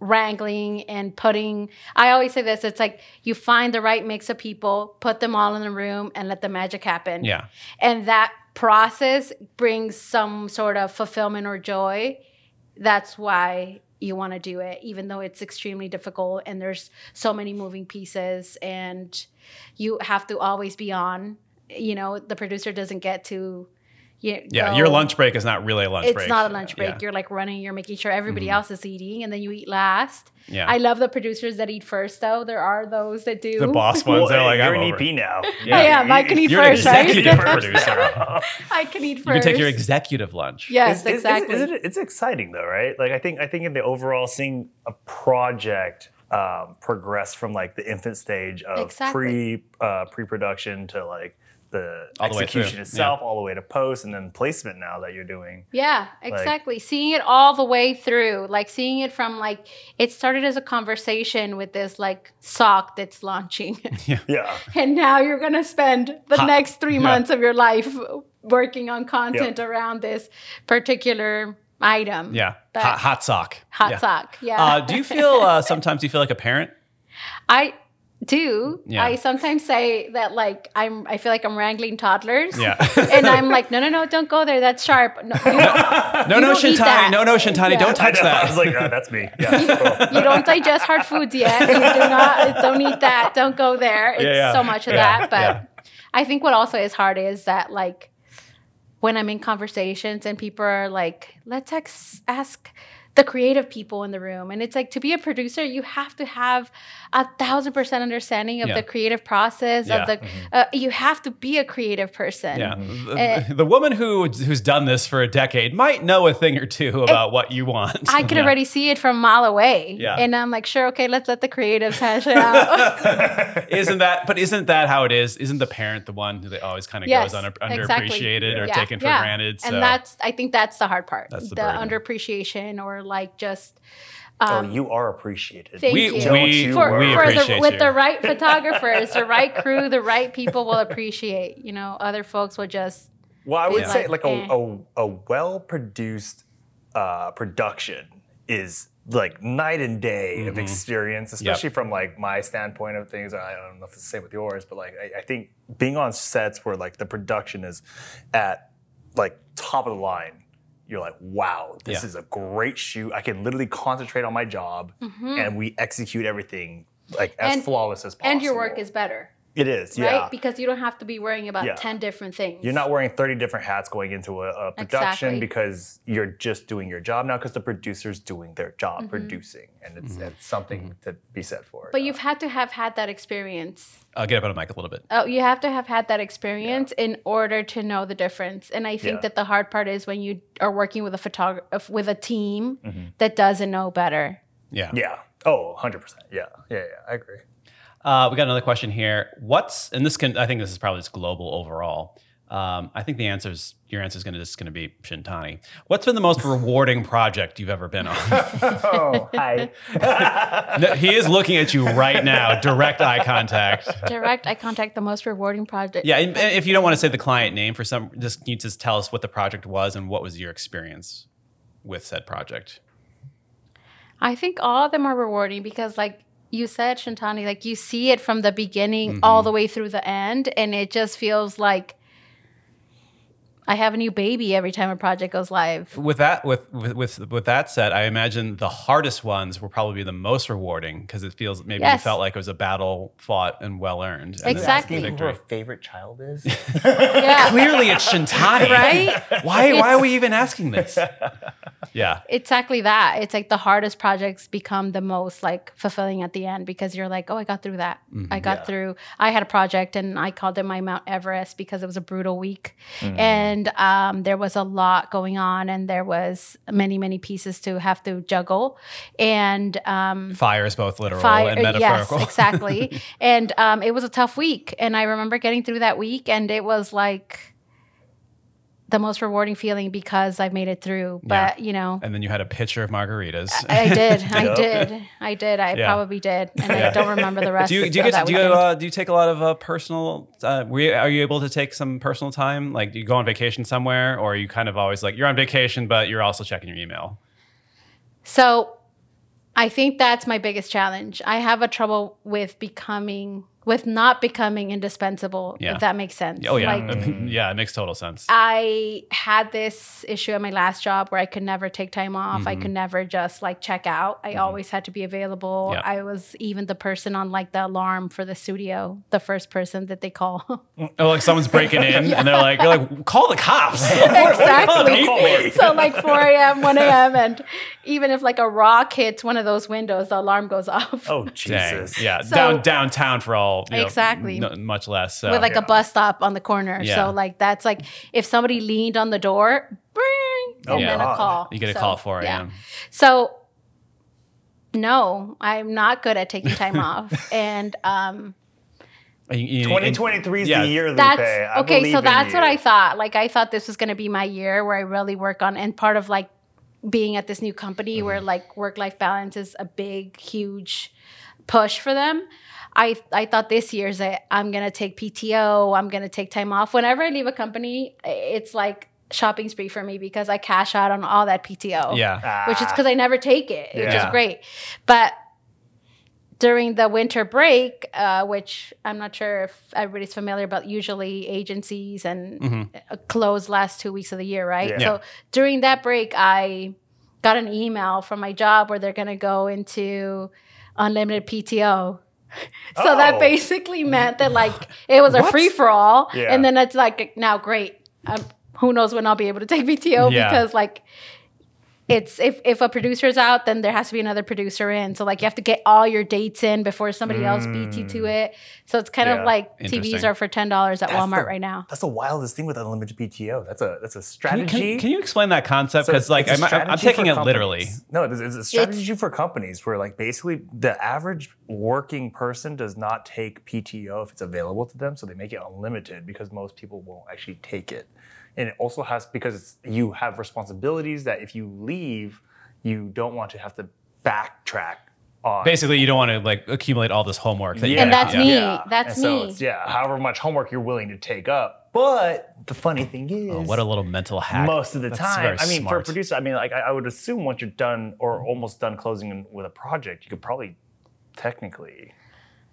Speaker 2: wrangling and putting I always say this, it's like you find the right mix of people, put them all in the room and let the magic happen.
Speaker 1: Yeah.
Speaker 2: And that process brings some sort of fulfillment or joy. That's why you want to do it, even though it's extremely difficult and there's so many moving pieces and you have to always be on. You know, the producer doesn't get to you
Speaker 1: Yeah,
Speaker 2: go-
Speaker 1: your lunch break is not really a lunch
Speaker 2: it's
Speaker 1: break.
Speaker 2: not a lunch break.
Speaker 1: Yeah. Mm-hmm.
Speaker 2: You're like running, you're making sure everybody else is eating, and then you eat last.
Speaker 1: Yeah.
Speaker 2: I love the producers that eat first, though. There are those that do.
Speaker 1: the boss ones they are like,
Speaker 3: you're
Speaker 1: I'm
Speaker 3: an E
Speaker 1: over.
Speaker 3: EP now.
Speaker 2: Yeah, Oh, yeah, Mike can eat
Speaker 1: You're an
Speaker 2: first, right?
Speaker 1: executive producer.
Speaker 2: I can eat
Speaker 1: You can
Speaker 2: first.
Speaker 1: take your executive lunch.
Speaker 3: It's-
Speaker 2: yes,
Speaker 3: it's- it's-
Speaker 2: exactly.
Speaker 3: isn't it- it's exciting though, right? Like I think I think in the overall seeing a project um, progress from like the infant stage of
Speaker 2: Exactly.
Speaker 3: pre uh, pre production to like the
Speaker 1: All the way
Speaker 3: execution
Speaker 1: through,
Speaker 3: itself, all the way to post, and then placement now that you're doing.
Speaker 2: Yeah, exactly. seeing it all the way through, like seeing it from like it started as a conversation with this like sock that's launching,
Speaker 3: Yeah,
Speaker 2: and now you're gonna spend the
Speaker 1: Ha-
Speaker 2: next three
Speaker 1: Yeah.
Speaker 2: months of your life working on content around this particular item.
Speaker 1: Yeah.
Speaker 2: But-
Speaker 1: hot, hot sock.
Speaker 2: hot
Speaker 1: yeah.
Speaker 2: sock. Yeah.
Speaker 1: Uh, do you feel uh, sometimes you feel like a parent?
Speaker 2: I do.
Speaker 1: Yeah.
Speaker 2: I sometimes say that like I'm. I feel like I'm wrangling toddlers.
Speaker 1: Yeah.
Speaker 2: and I'm like, no, no, no, don't go there. That's sharp. No, you, don't,
Speaker 1: No, no,
Speaker 2: don't eat
Speaker 1: Shintani.
Speaker 2: that.
Speaker 1: No, no, Shintani.
Speaker 2: Yeah.
Speaker 1: Don't
Speaker 3: I,
Speaker 1: touch
Speaker 3: know, I was
Speaker 1: that.
Speaker 3: like, oh, that's me. Yeah, cool.
Speaker 2: you don't digest hard foods yet. You do not. Don't eat that. Don't go there. It's
Speaker 1: Yeah, yeah.
Speaker 2: so much of
Speaker 1: Yeah,
Speaker 2: that. But
Speaker 1: yeah.
Speaker 2: I think what also is hard is that like when I'm in conversations and people are like, let's ex- ask the creative people in the room. And it's like to be a producer, you have to have a thousand percent understanding of
Speaker 1: Yeah.
Speaker 2: the creative process
Speaker 1: Yeah. mm-hmm.
Speaker 2: of the, uh, you have to be a creative person.
Speaker 1: Yeah.
Speaker 2: "Mm."
Speaker 1: The- The, woman who who's done this for a decade might know a thing or two about what you want.
Speaker 2: I could already see it from a mile away.
Speaker 1: Yeah.
Speaker 2: And I'm like, sure, okay, let's let the creatives hash it out.
Speaker 1: isn't that but isn't that how it is? Isn't the parent the one who they always kind of
Speaker 2: Yes,
Speaker 1: goes under,
Speaker 2: exactly.
Speaker 1: underappreciated or
Speaker 2: Yeah,
Speaker 1: taken for
Speaker 2: yeah.
Speaker 1: granted? So
Speaker 2: And that's I think that's the hard part.
Speaker 1: That's the
Speaker 2: the
Speaker 1: burden.
Speaker 2: underappreciation or like just
Speaker 3: oh, you are appreciated.
Speaker 2: Um, thank
Speaker 1: we
Speaker 2: you.
Speaker 3: Don't
Speaker 1: we,
Speaker 3: you
Speaker 2: for,
Speaker 1: we
Speaker 3: worry.
Speaker 2: for the,
Speaker 1: appreciate
Speaker 2: with
Speaker 1: you.
Speaker 2: the right photographers, the right crew, the right people will appreciate. You know, other folks will just
Speaker 3: Well, I would
Speaker 2: It's
Speaker 3: say
Speaker 2: like, eh.
Speaker 3: like a, a, a well produced uh, production is like night and day of experience, especially from like my standpoint of things. I don't know if it's the same with yours, but like I, I think being on sets where like the production is at like top of the line, you're like, wow, this
Speaker 1: Yeah.
Speaker 3: is a great shoot. I can literally concentrate on my job, and we execute everything like as
Speaker 2: Mm-hmm. And-
Speaker 3: flawless as possible.
Speaker 2: and your work is better,
Speaker 3: it is
Speaker 2: right?
Speaker 3: yeah.
Speaker 2: Because you don't have to be worrying about
Speaker 3: Yeah.
Speaker 2: ten different things.
Speaker 3: You're not wearing 30 different hats going into a, a production
Speaker 2: Exactly.
Speaker 3: because you're just doing your job now because the producer's doing their job producing. And it's,
Speaker 1: Mm-hmm.
Speaker 3: it's something to be set for.
Speaker 2: Mm-hmm. But you've had to have had that experience.
Speaker 1: I'll get up on a mic a little bit.
Speaker 2: Oh, you have to have had that experience in order to know the difference. And I think
Speaker 3: Yeah.
Speaker 2: that the hard part is when you are working with a photographer with a team
Speaker 1: Mm-hmm.
Speaker 2: that doesn't know better.
Speaker 1: Yeah.
Speaker 3: Yeah. Oh, 100%. Yeah. Yeah. Yeah. I agree.
Speaker 1: Uh, we got another question here. What's and this can I think this is probably just global overall. Um, I think the answer is your answer is going to just going to be Shintani. What's been the most rewarding project you've ever been on?
Speaker 3: Oh, hi.
Speaker 1: No, he is looking at you right now, direct eye contact.
Speaker 2: Direct eye contact, the most rewarding project.
Speaker 1: Yeah, and, and if you don't want to say the client name for some, just can you just tell us what the project was and what was your experience with said project?
Speaker 2: I think all of them are rewarding because, like you said, Shantani, like you see it from the beginning
Speaker 1: Mm-hmm.
Speaker 2: all the way through the end, and it just feels like I have a new baby every time a project goes live.
Speaker 1: With that, with with with, with that said, I imagine the hardest ones will probably be the most rewarding because it feels maybe you
Speaker 2: Yes.
Speaker 1: felt like it was a battle fought and well earned. and then it's
Speaker 2: Exactly.
Speaker 1: the
Speaker 3: Asking who
Speaker 1: victory.
Speaker 3: her favorite child is.
Speaker 2: Yeah.
Speaker 1: Clearly, it's Shintani.
Speaker 2: Right?
Speaker 1: Why? Why are we even asking this? Yeah.
Speaker 2: exactly that. It's like the hardest projects become the most like fulfilling at the end because you're like, oh, I got through that.
Speaker 1: Mm-hmm.
Speaker 2: I got through. I had a project and I called it my Mount Everest because it was a brutal week,
Speaker 1: Mm.
Speaker 2: and um, there was a lot going on, and there was many many pieces to have to juggle, and um,
Speaker 1: Fire is both literal and
Speaker 2: uh,
Speaker 1: metaphorical.
Speaker 2: Yes, exactly. and um, it was a tough week, and I remember getting through that week, and it was like the most rewarding feeling because I've made it through. But you know,
Speaker 1: And then you had a pitcher of margaritas.
Speaker 2: I did, I
Speaker 3: Yep.
Speaker 2: did, I did, I
Speaker 1: Yeah.
Speaker 2: probably did, and
Speaker 1: Yeah.
Speaker 2: I don't remember the rest.
Speaker 1: do you do you get
Speaker 2: of
Speaker 1: to,
Speaker 2: that
Speaker 1: do you
Speaker 2: weekend.
Speaker 1: uh, do you take a lot of uh, personal? Uh, were you, are you able to take some personal time? Like, do you go on vacation somewhere, or are you kind of always like you're on vacation, but you're also checking your email?
Speaker 2: So I think that's my biggest challenge. I have a trouble with becoming with not becoming indispensable,
Speaker 1: Yeah.
Speaker 2: if that makes sense.
Speaker 1: Oh yeah,
Speaker 2: Like, Uh,
Speaker 1: yeah, it makes total sense.
Speaker 2: I had this issue at my last job where I could never take time off.
Speaker 1: Mm-hmm.
Speaker 2: I could never just like check out. I always had to be available.
Speaker 1: Yeah.
Speaker 2: I was even the person on like the alarm for the studio, the first person that they call.
Speaker 1: Oh, like someone's breaking in, and they're like, you're like, call the cops.
Speaker 2: exactly.
Speaker 1: Call me.
Speaker 2: so like 4 a.m., 1 a.m., and even if like a rock hits one of those windows, the alarm goes off.
Speaker 3: Oh
Speaker 1: Dang.
Speaker 3: Jesus.
Speaker 1: Yeah.
Speaker 2: So-
Speaker 1: Down downtown for all. you know,
Speaker 2: Exactly.
Speaker 1: n- much less. So.
Speaker 2: with like
Speaker 3: Yeah.
Speaker 2: a bus stop on the corner.
Speaker 1: Yeah.
Speaker 2: So like that's like if somebody leaned on the door, bring,
Speaker 3: Oh,
Speaker 2: and then a
Speaker 3: God.
Speaker 2: call.
Speaker 1: you get a
Speaker 2: So,
Speaker 1: call at 4
Speaker 2: yeah.
Speaker 1: a.m.
Speaker 2: So no, I'm not good at taking time off, and um,
Speaker 1: And you- you- and-
Speaker 3: 2023 is
Speaker 1: Yeah.
Speaker 3: the year, Lupe.
Speaker 2: that's
Speaker 3: I
Speaker 2: okay.
Speaker 3: believe
Speaker 2: So
Speaker 3: in
Speaker 2: that's what
Speaker 3: you.
Speaker 2: I thought. Like I thought this was going to be my year where I really work on, and part of like being at this new company
Speaker 3: Mm-hmm.
Speaker 2: where like work life balance is a big, huge push for them. I I thought this year's that I'm gonna take PTO. I'm gonna take time off. Whenever I leave a company, it's like shopping spree for me because I cash out on all that PTO.
Speaker 1: Yeah.
Speaker 3: Ah,
Speaker 2: which is because I never take it, which
Speaker 3: Yeah.
Speaker 2: is great. But during the winter break, uh, which I'm not sure if everybody's familiar, but usually agencies and
Speaker 1: Mm-hmm.
Speaker 2: uh, close last two weeks of the year, right?
Speaker 3: Yeah.
Speaker 2: So during that break, I got an email from my job where they're going to go into unlimited PTO. So
Speaker 3: Oh.
Speaker 2: that basically meant that like it was a free for all,
Speaker 3: Yeah.
Speaker 2: and then it's like now great. Um, who knows when I'll be able to take PTO
Speaker 1: Yeah.
Speaker 2: because like it's if if a producer's out, then there has to be another producer in. So like you have to get all your dates in before somebody else BT to it. So it's kind
Speaker 3: Mm. Yeah.
Speaker 2: of like
Speaker 1: Interesting.
Speaker 2: TVs are for ten dollars at
Speaker 3: That's
Speaker 2: Walmart
Speaker 3: the-
Speaker 2: right now.
Speaker 3: That's the wildest thing with unlimited PTO. That's a that's a
Speaker 1: Can,
Speaker 3: strategy.
Speaker 1: can, can you explain that concept?
Speaker 3: So
Speaker 1: Because
Speaker 3: it's-
Speaker 1: like
Speaker 3: it's
Speaker 1: I'm,
Speaker 3: a
Speaker 1: I'm, I'm
Speaker 3: strategy
Speaker 1: taking
Speaker 3: for
Speaker 1: it literally.
Speaker 3: companies. No, it's, it's a strategy for companies where like basically the average working person does not take PTO if it's available to them, so they make it unlimited because most people won't actually take it. And it also has because it's, you have responsibilities that if you leave, you don't want to have to backtrack on.
Speaker 1: Basically, you don't want to like accumulate all this homework. That you
Speaker 3: Yeah.
Speaker 2: And
Speaker 1: gotta
Speaker 2: that's
Speaker 1: do.
Speaker 2: me.
Speaker 3: Yeah.
Speaker 2: That's
Speaker 3: And so
Speaker 2: me.
Speaker 3: it's, yeah, however much homework you're willing to take up. But the funny thing is,
Speaker 1: Oh, what a little mental hack.
Speaker 3: most of the
Speaker 1: That's
Speaker 3: time.
Speaker 1: very
Speaker 3: I mean, for a
Speaker 1: smart.
Speaker 3: producer, I mean, like I, I would assume once you're done or almost done closing in with a project, you could probably technically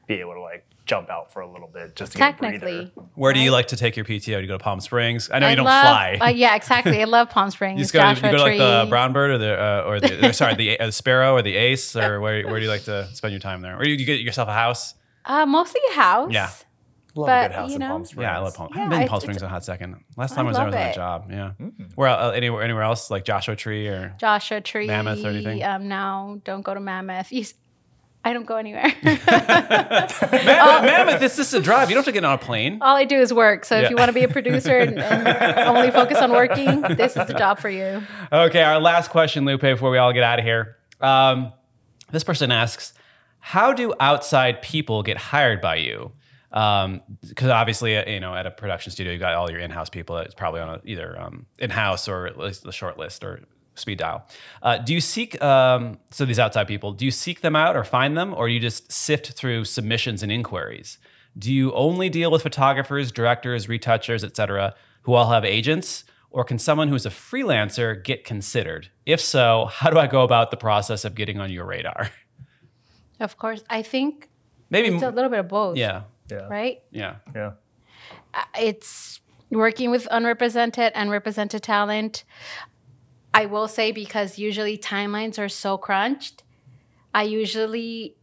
Speaker 3: be able to like jump out for a little bit just to get a
Speaker 2: Technically,
Speaker 3: breather.
Speaker 1: Where do you like to take your PTO? Do you go to Palm Springs? I know
Speaker 2: I
Speaker 1: you don't
Speaker 2: love-
Speaker 1: fly.
Speaker 2: uh, yeah, exactly. I love Palm Springs.
Speaker 1: you just go, to, you
Speaker 2: Joshua
Speaker 1: go to like the
Speaker 2: Tree.
Speaker 1: brown bird or the uh, or the or, sorry the, uh, the sparrow or the ace or where where do you like to spend your time there? Or you, you get yourself a house?
Speaker 2: Uh, mostly a house.
Speaker 1: Yeah.
Speaker 3: Love
Speaker 2: But,
Speaker 3: a good house
Speaker 2: you
Speaker 3: in
Speaker 2: know-
Speaker 3: Palm Springs.
Speaker 1: Yeah, I love Palm. I
Speaker 2: Yeah,
Speaker 1: haven't been to
Speaker 2: it's-
Speaker 1: Palm
Speaker 2: it's-
Speaker 1: Springs in a hot second. Last time I,
Speaker 2: I
Speaker 1: was there I
Speaker 2: love
Speaker 1: was on a
Speaker 2: it.
Speaker 1: job. Yeah, where uh, anywhere anywhere else like Joshua Tree or
Speaker 2: Joshua Tree.
Speaker 1: Mammoth or anything?
Speaker 2: Um, no, don't go to Mammoth. You, s- I don't go anywhere.
Speaker 1: Mammoth, Mammoth. It's just a drive. You don't have to get on a plane.
Speaker 2: All I do is work. So
Speaker 1: Yeah.
Speaker 2: if you want to be a producer and, and only focus on working, this is the job for you.
Speaker 1: Okay, our last question, Lupe, before we all get out of here. Um, this person asks, "How do outside people get hired by you?" Because obviously, uh, you know, at a production studio, you got all your in-house people. It's probably on a, either um, in-house or at least the short list or speed dial. Uh, do you seek um, so these outside people? Do you seek them out or find them, or you just sift through submissions and inquiries? Do you only deal with photographers, directors, retouchers, etc., who all have agents, or can someone who's a freelancer get considered? If so, how do I go about the process of getting on your radar?
Speaker 2: Of course, I think
Speaker 1: Maybe,
Speaker 2: it's a little bit of both.
Speaker 1: yeah,
Speaker 3: Yeah.
Speaker 2: Right?
Speaker 1: yeah,
Speaker 3: Yeah.
Speaker 2: It's working with unrepresented and represented talent. I will say because usually timelines are so crunched, I usually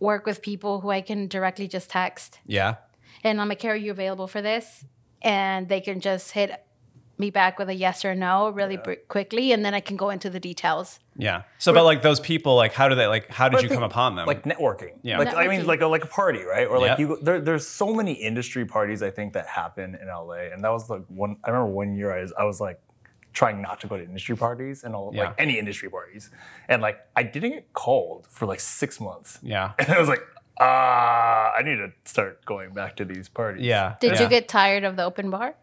Speaker 2: work with people who I can directly just text.
Speaker 1: yeah.
Speaker 2: and I'm like, "Hey, are you available for this?" And they can just hit me back with a yes or no really br- quickly, and then I can go into the details.
Speaker 1: Yeah. So, but like those people, like, how do they, like, how did you come upon them?
Speaker 3: Like networking.
Speaker 1: Yeah.
Speaker 3: Like I mean
Speaker 2: Networking.
Speaker 3: like a like a party, right? Or like
Speaker 1: Yep.
Speaker 3: you go- there, there's so many industry parties I think that happen in LA. And that was like one I remember one year I was I was like trying not to go to industry parties and all
Speaker 1: Yeah.
Speaker 3: like any industry parties. And like I didn't get called for like six months.
Speaker 1: yeah.
Speaker 3: And I was like, ah, I need to start going back to these parties.
Speaker 1: Yeah.
Speaker 2: Did
Speaker 1: yeah.
Speaker 2: you get tired of the open bar?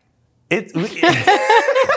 Speaker 3: It,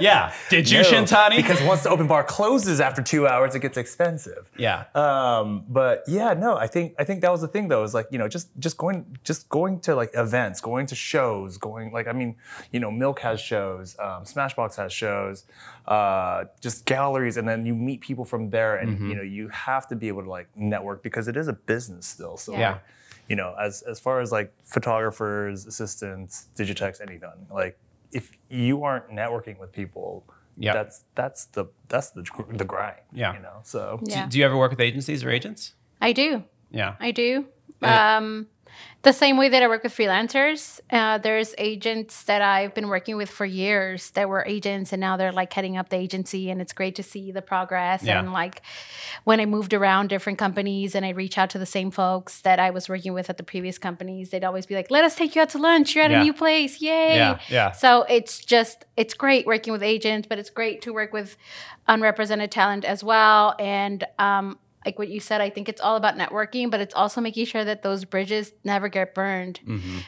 Speaker 1: Yeah. Did you, Shintani?
Speaker 3: Because once the open bar closes after two hours, it gets expensive.
Speaker 1: yeah.
Speaker 3: Um, but yeah, no, I think I think that was the thing though, is like, you know, just just going just going to like events, going to shows, going like I mean, you know, Milk has shows, um, Smashbox has shows, uh, just galleries, and then you meet people from there and
Speaker 1: Mm-hmm.
Speaker 3: you know, you have to be able to like network because it is a business still. So
Speaker 1: Yeah.
Speaker 3: like, you know, as as far as like photographers, assistants, digitex, anything, like if you aren't networking with people,
Speaker 1: Yeah.
Speaker 3: that's that's the that's the gr- the grind.
Speaker 1: Yeah.
Speaker 3: You know, so
Speaker 1: Do-
Speaker 2: Yeah.
Speaker 1: do you ever work with agencies or agents?
Speaker 2: I do.
Speaker 1: Yeah.
Speaker 2: I do.
Speaker 1: Yeah.
Speaker 2: Um, the same way that I work with freelancers, uh, there's agents that I've been working with for years that were agents, and now they're like heading up the agency, and it's great to see the progress.
Speaker 1: Yeah.
Speaker 2: And like when I moved around different companies and I reach out to the same folks that I was working with at the previous companies, they'd always be like, "Let us take you out to lunch. You're at
Speaker 1: Yeah.
Speaker 2: a new place, yay!"
Speaker 1: Yeah. Yeah.
Speaker 2: So it's just it's great working with agents, but it's great to work with unrepresented talent as well. And um, like what you said, I think it's all about networking, but it's also making sure that those bridges never get burned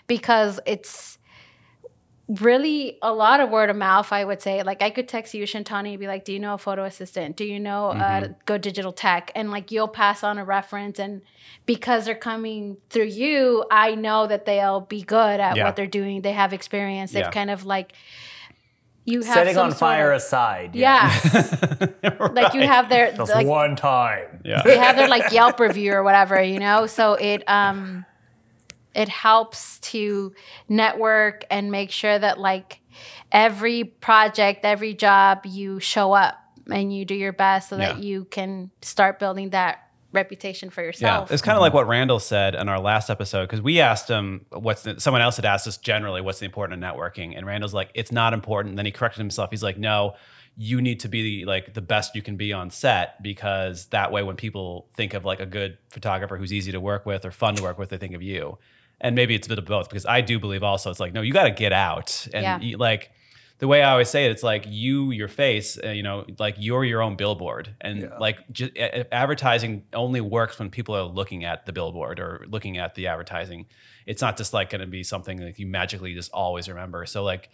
Speaker 2: because it's really a lot of word of mouth. I would say, like I could text you Shantani and be like, "Do you know a photo assistant? Do you know uh,
Speaker 1: Mm-hmm.
Speaker 2: Go Digital Tech?" And like you'll pass on a reference, and because they're coming through you, I know that they'll be good at
Speaker 1: Yeah.
Speaker 2: what they're doing. They have experience. They've
Speaker 1: Yeah.
Speaker 2: kind of like you have
Speaker 3: setting
Speaker 2: some
Speaker 3: on
Speaker 2: sort
Speaker 3: fire
Speaker 2: of-
Speaker 3: aside.
Speaker 2: yeah, like you have their
Speaker 3: That's
Speaker 2: like,
Speaker 3: one time.
Speaker 2: they
Speaker 1: Yeah.
Speaker 2: have their like Yelp review or whatever, you know. So it um it helps to network and make sure that like every project, every job you show up and you do your best so that
Speaker 1: Yeah.
Speaker 2: you can start building that reputation for
Speaker 1: Yeah,
Speaker 2: yourself.
Speaker 1: it's kind of like what Randall said in our last episode because we asked him what's the, someone else had asked us generally what's the important of networking, and Randall's like it's not important. Then he corrected himself. He's like, no, you need to be like the best you can be on set because that way when people think of like a good photographer who's easy to work with or fun to work with, they think of you. And maybe it's a bit of both because I do believe also it's like no, you got to get out and
Speaker 2: Yeah.
Speaker 1: you, like the way I always say it, it's like you, your face, uh, you know, like you're your own billboard, and like ju- a- a- advertising only works when people are looking at the billboard or looking at the advertising. It's not just like going to be something that you magically just always remember. So like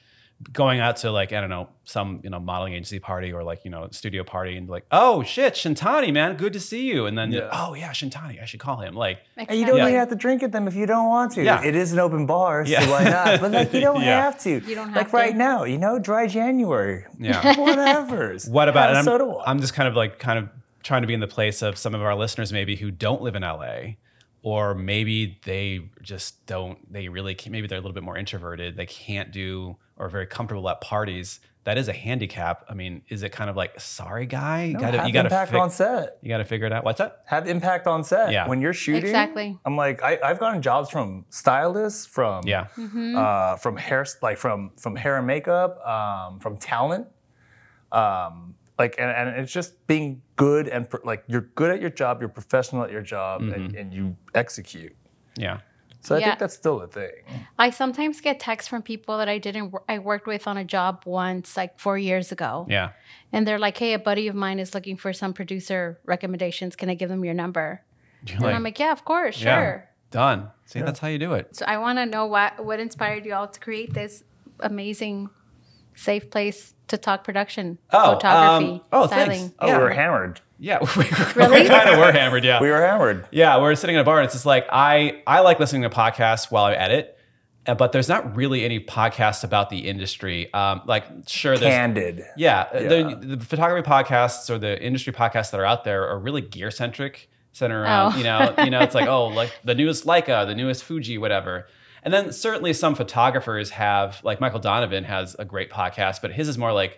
Speaker 1: going out to like I don't know some you know modeling agency party or like you know studio party and like oh shit Shintani man good to see you and then
Speaker 3: Yeah.
Speaker 1: oh yeah Shintani I should call him like
Speaker 3: And you don't
Speaker 1: Yeah.
Speaker 3: even have to drink at them if you don't want to.
Speaker 1: Yeah.
Speaker 3: It is an open bar, so
Speaker 1: Yeah.
Speaker 3: why not? But like you don't
Speaker 1: Yeah.
Speaker 3: have to.
Speaker 2: You don't
Speaker 3: like
Speaker 2: have to.
Speaker 3: right now, you know, dry January.
Speaker 1: Yeah.
Speaker 3: Whatever.
Speaker 1: What about?
Speaker 3: Have a
Speaker 1: And
Speaker 3: soda
Speaker 1: I'm,
Speaker 3: water.
Speaker 1: I'm just kind of like kind of trying to be in the place of some of our listeners maybe who don't live in LA, or maybe they just don't. They really can't, maybe they're a little bit more introverted. They can't do or are very comfortable at parties. That is a handicap. I mean, is it kind of like sorry guy?
Speaker 3: No,
Speaker 1: gotta,
Speaker 3: have
Speaker 1: you gotta
Speaker 3: impact
Speaker 1: fi-
Speaker 3: on set.
Speaker 1: You gotta figure it out. What's that?
Speaker 3: Have impact on set.
Speaker 1: Yeah.
Speaker 3: When you're shooting,
Speaker 2: Exactly.
Speaker 3: I'm like, I, I've gotten jobs from stylists, from
Speaker 1: Yeah,
Speaker 3: uh, from hair, like from from hair and makeup, um, from talent, um, like and, and it's just being good and pro- like you're good at your job, you're professional at your job, and, and you execute.
Speaker 1: yeah,
Speaker 3: So I
Speaker 2: Yeah.
Speaker 3: think that's still a thing.
Speaker 2: I sometimes get texts from people that I didn't wor- I worked with on a job once like 4 years ago.
Speaker 1: yeah.
Speaker 2: And they're like, "Hey, a buddy of mine is looking for some producer recommendations. Can I give them your number?"
Speaker 1: You're
Speaker 2: And I'm like, "Yeah, of course, sure."
Speaker 1: yeah, done. See, that's how you do it.
Speaker 2: So I want to know what what inspired you all to create this amazing, safe place to talk production,
Speaker 1: Oh,
Speaker 2: photography,
Speaker 1: um, oh, thanks.
Speaker 2: styling.
Speaker 3: Oh,
Speaker 1: Yeah.
Speaker 3: we were hammered.
Speaker 1: Yeah, we,
Speaker 2: Really?
Speaker 1: kind of were hammered. Yeah,
Speaker 3: We were hammered.
Speaker 1: Yeah, we're sitting in a bar and it's just like I I like listening to podcasts while I edit, uh, but there's not really any podcasts about the industry. Um, like sure, there's
Speaker 3: Candid.
Speaker 1: yeah, uh,
Speaker 3: Yeah.
Speaker 1: The, the photography podcasts or the industry podcasts that are out there are really gear centric, centered around
Speaker 2: Oh.
Speaker 1: you know you know it's like oh like the newest Leica, the newest Fuji, whatever. And then certainly some photographers have like Michael Donovan has a great podcast, but his is more like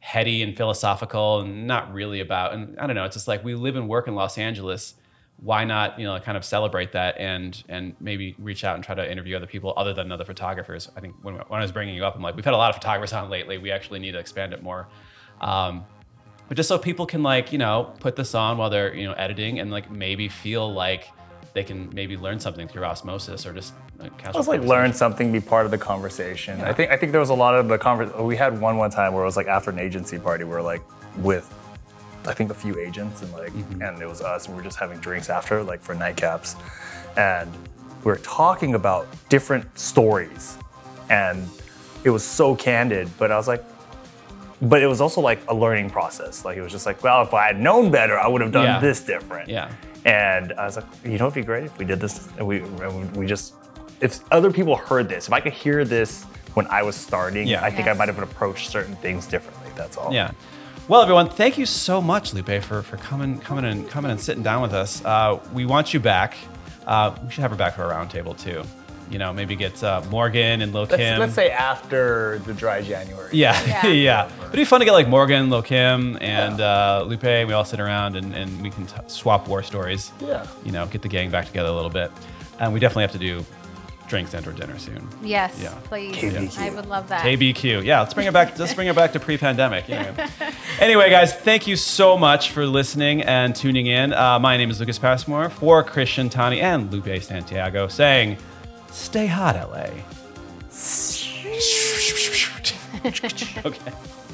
Speaker 1: heady and philosophical and not really about and I don't know, it's just like we live and work in Los Angeles. Why not, you know, kind of celebrate that and and maybe reach out and try to interview other people other than other photographers. I think when, when I was bringing you up, I'm like, we've had a lot of photographers on lately. We actually need to expand it more. Um, but just so people can like you know put this on while they're you know editing and like maybe feel like they can maybe learn something through osmosis or just uh, casual
Speaker 3: Let's like
Speaker 1: conversation.
Speaker 3: learn something, be part of the conversation. I think I think there was a lot of the convers. We had one one time where it was like after an agency party, we were like with, I think a few agents and like, and it was us, and we were just having drinks after, like for nightcaps, and we were talking about different stories, and it was so candid, but I was like, but it was also like a learning process. Like it was just like, well, if I had known better, I would have done
Speaker 1: Yeah.
Speaker 3: this different.
Speaker 1: Yeah.
Speaker 3: And I was like, you know, it'd be great if we did this. And we and we just if other people heard this, if I could hear this when I was starting,
Speaker 1: Yeah.
Speaker 3: I think I
Speaker 2: Yes.
Speaker 3: might have approached certain things differently. That's all.
Speaker 1: Yeah. Well, everyone, thank you so much, Lupe, for, for coming coming and coming and sitting down with us. Uh, we want you back. Uh, we should have her back for a roundtable too. You know, maybe get uh, Morgan and Lil
Speaker 5: Let's,
Speaker 1: Kim.
Speaker 5: let's say after the dry January.
Speaker 1: Yeah, yeah.
Speaker 2: Yeah.
Speaker 1: It'd be fun to get like Morgan, Lil Kim, and uh, Lupe. We all sit around and, and we can t- swap war stories.
Speaker 5: Yeah.
Speaker 1: You know, get the gang back together a little bit. And we definitely have to do drinks and or dinner soon.
Speaker 2: Yes,
Speaker 1: Yeah.
Speaker 2: please.
Speaker 3: KBQ.
Speaker 2: I would love that.
Speaker 1: KBQ. Yeah, let's bring it back. let's bring it back to pre-pandemic. Yeah. anyway, guys, thank you so much for listening and tuning in. Uh, my name is Lucas Passmore for Christian Tani and Lupe Santiago, saying, "Stay hot, LA." okay.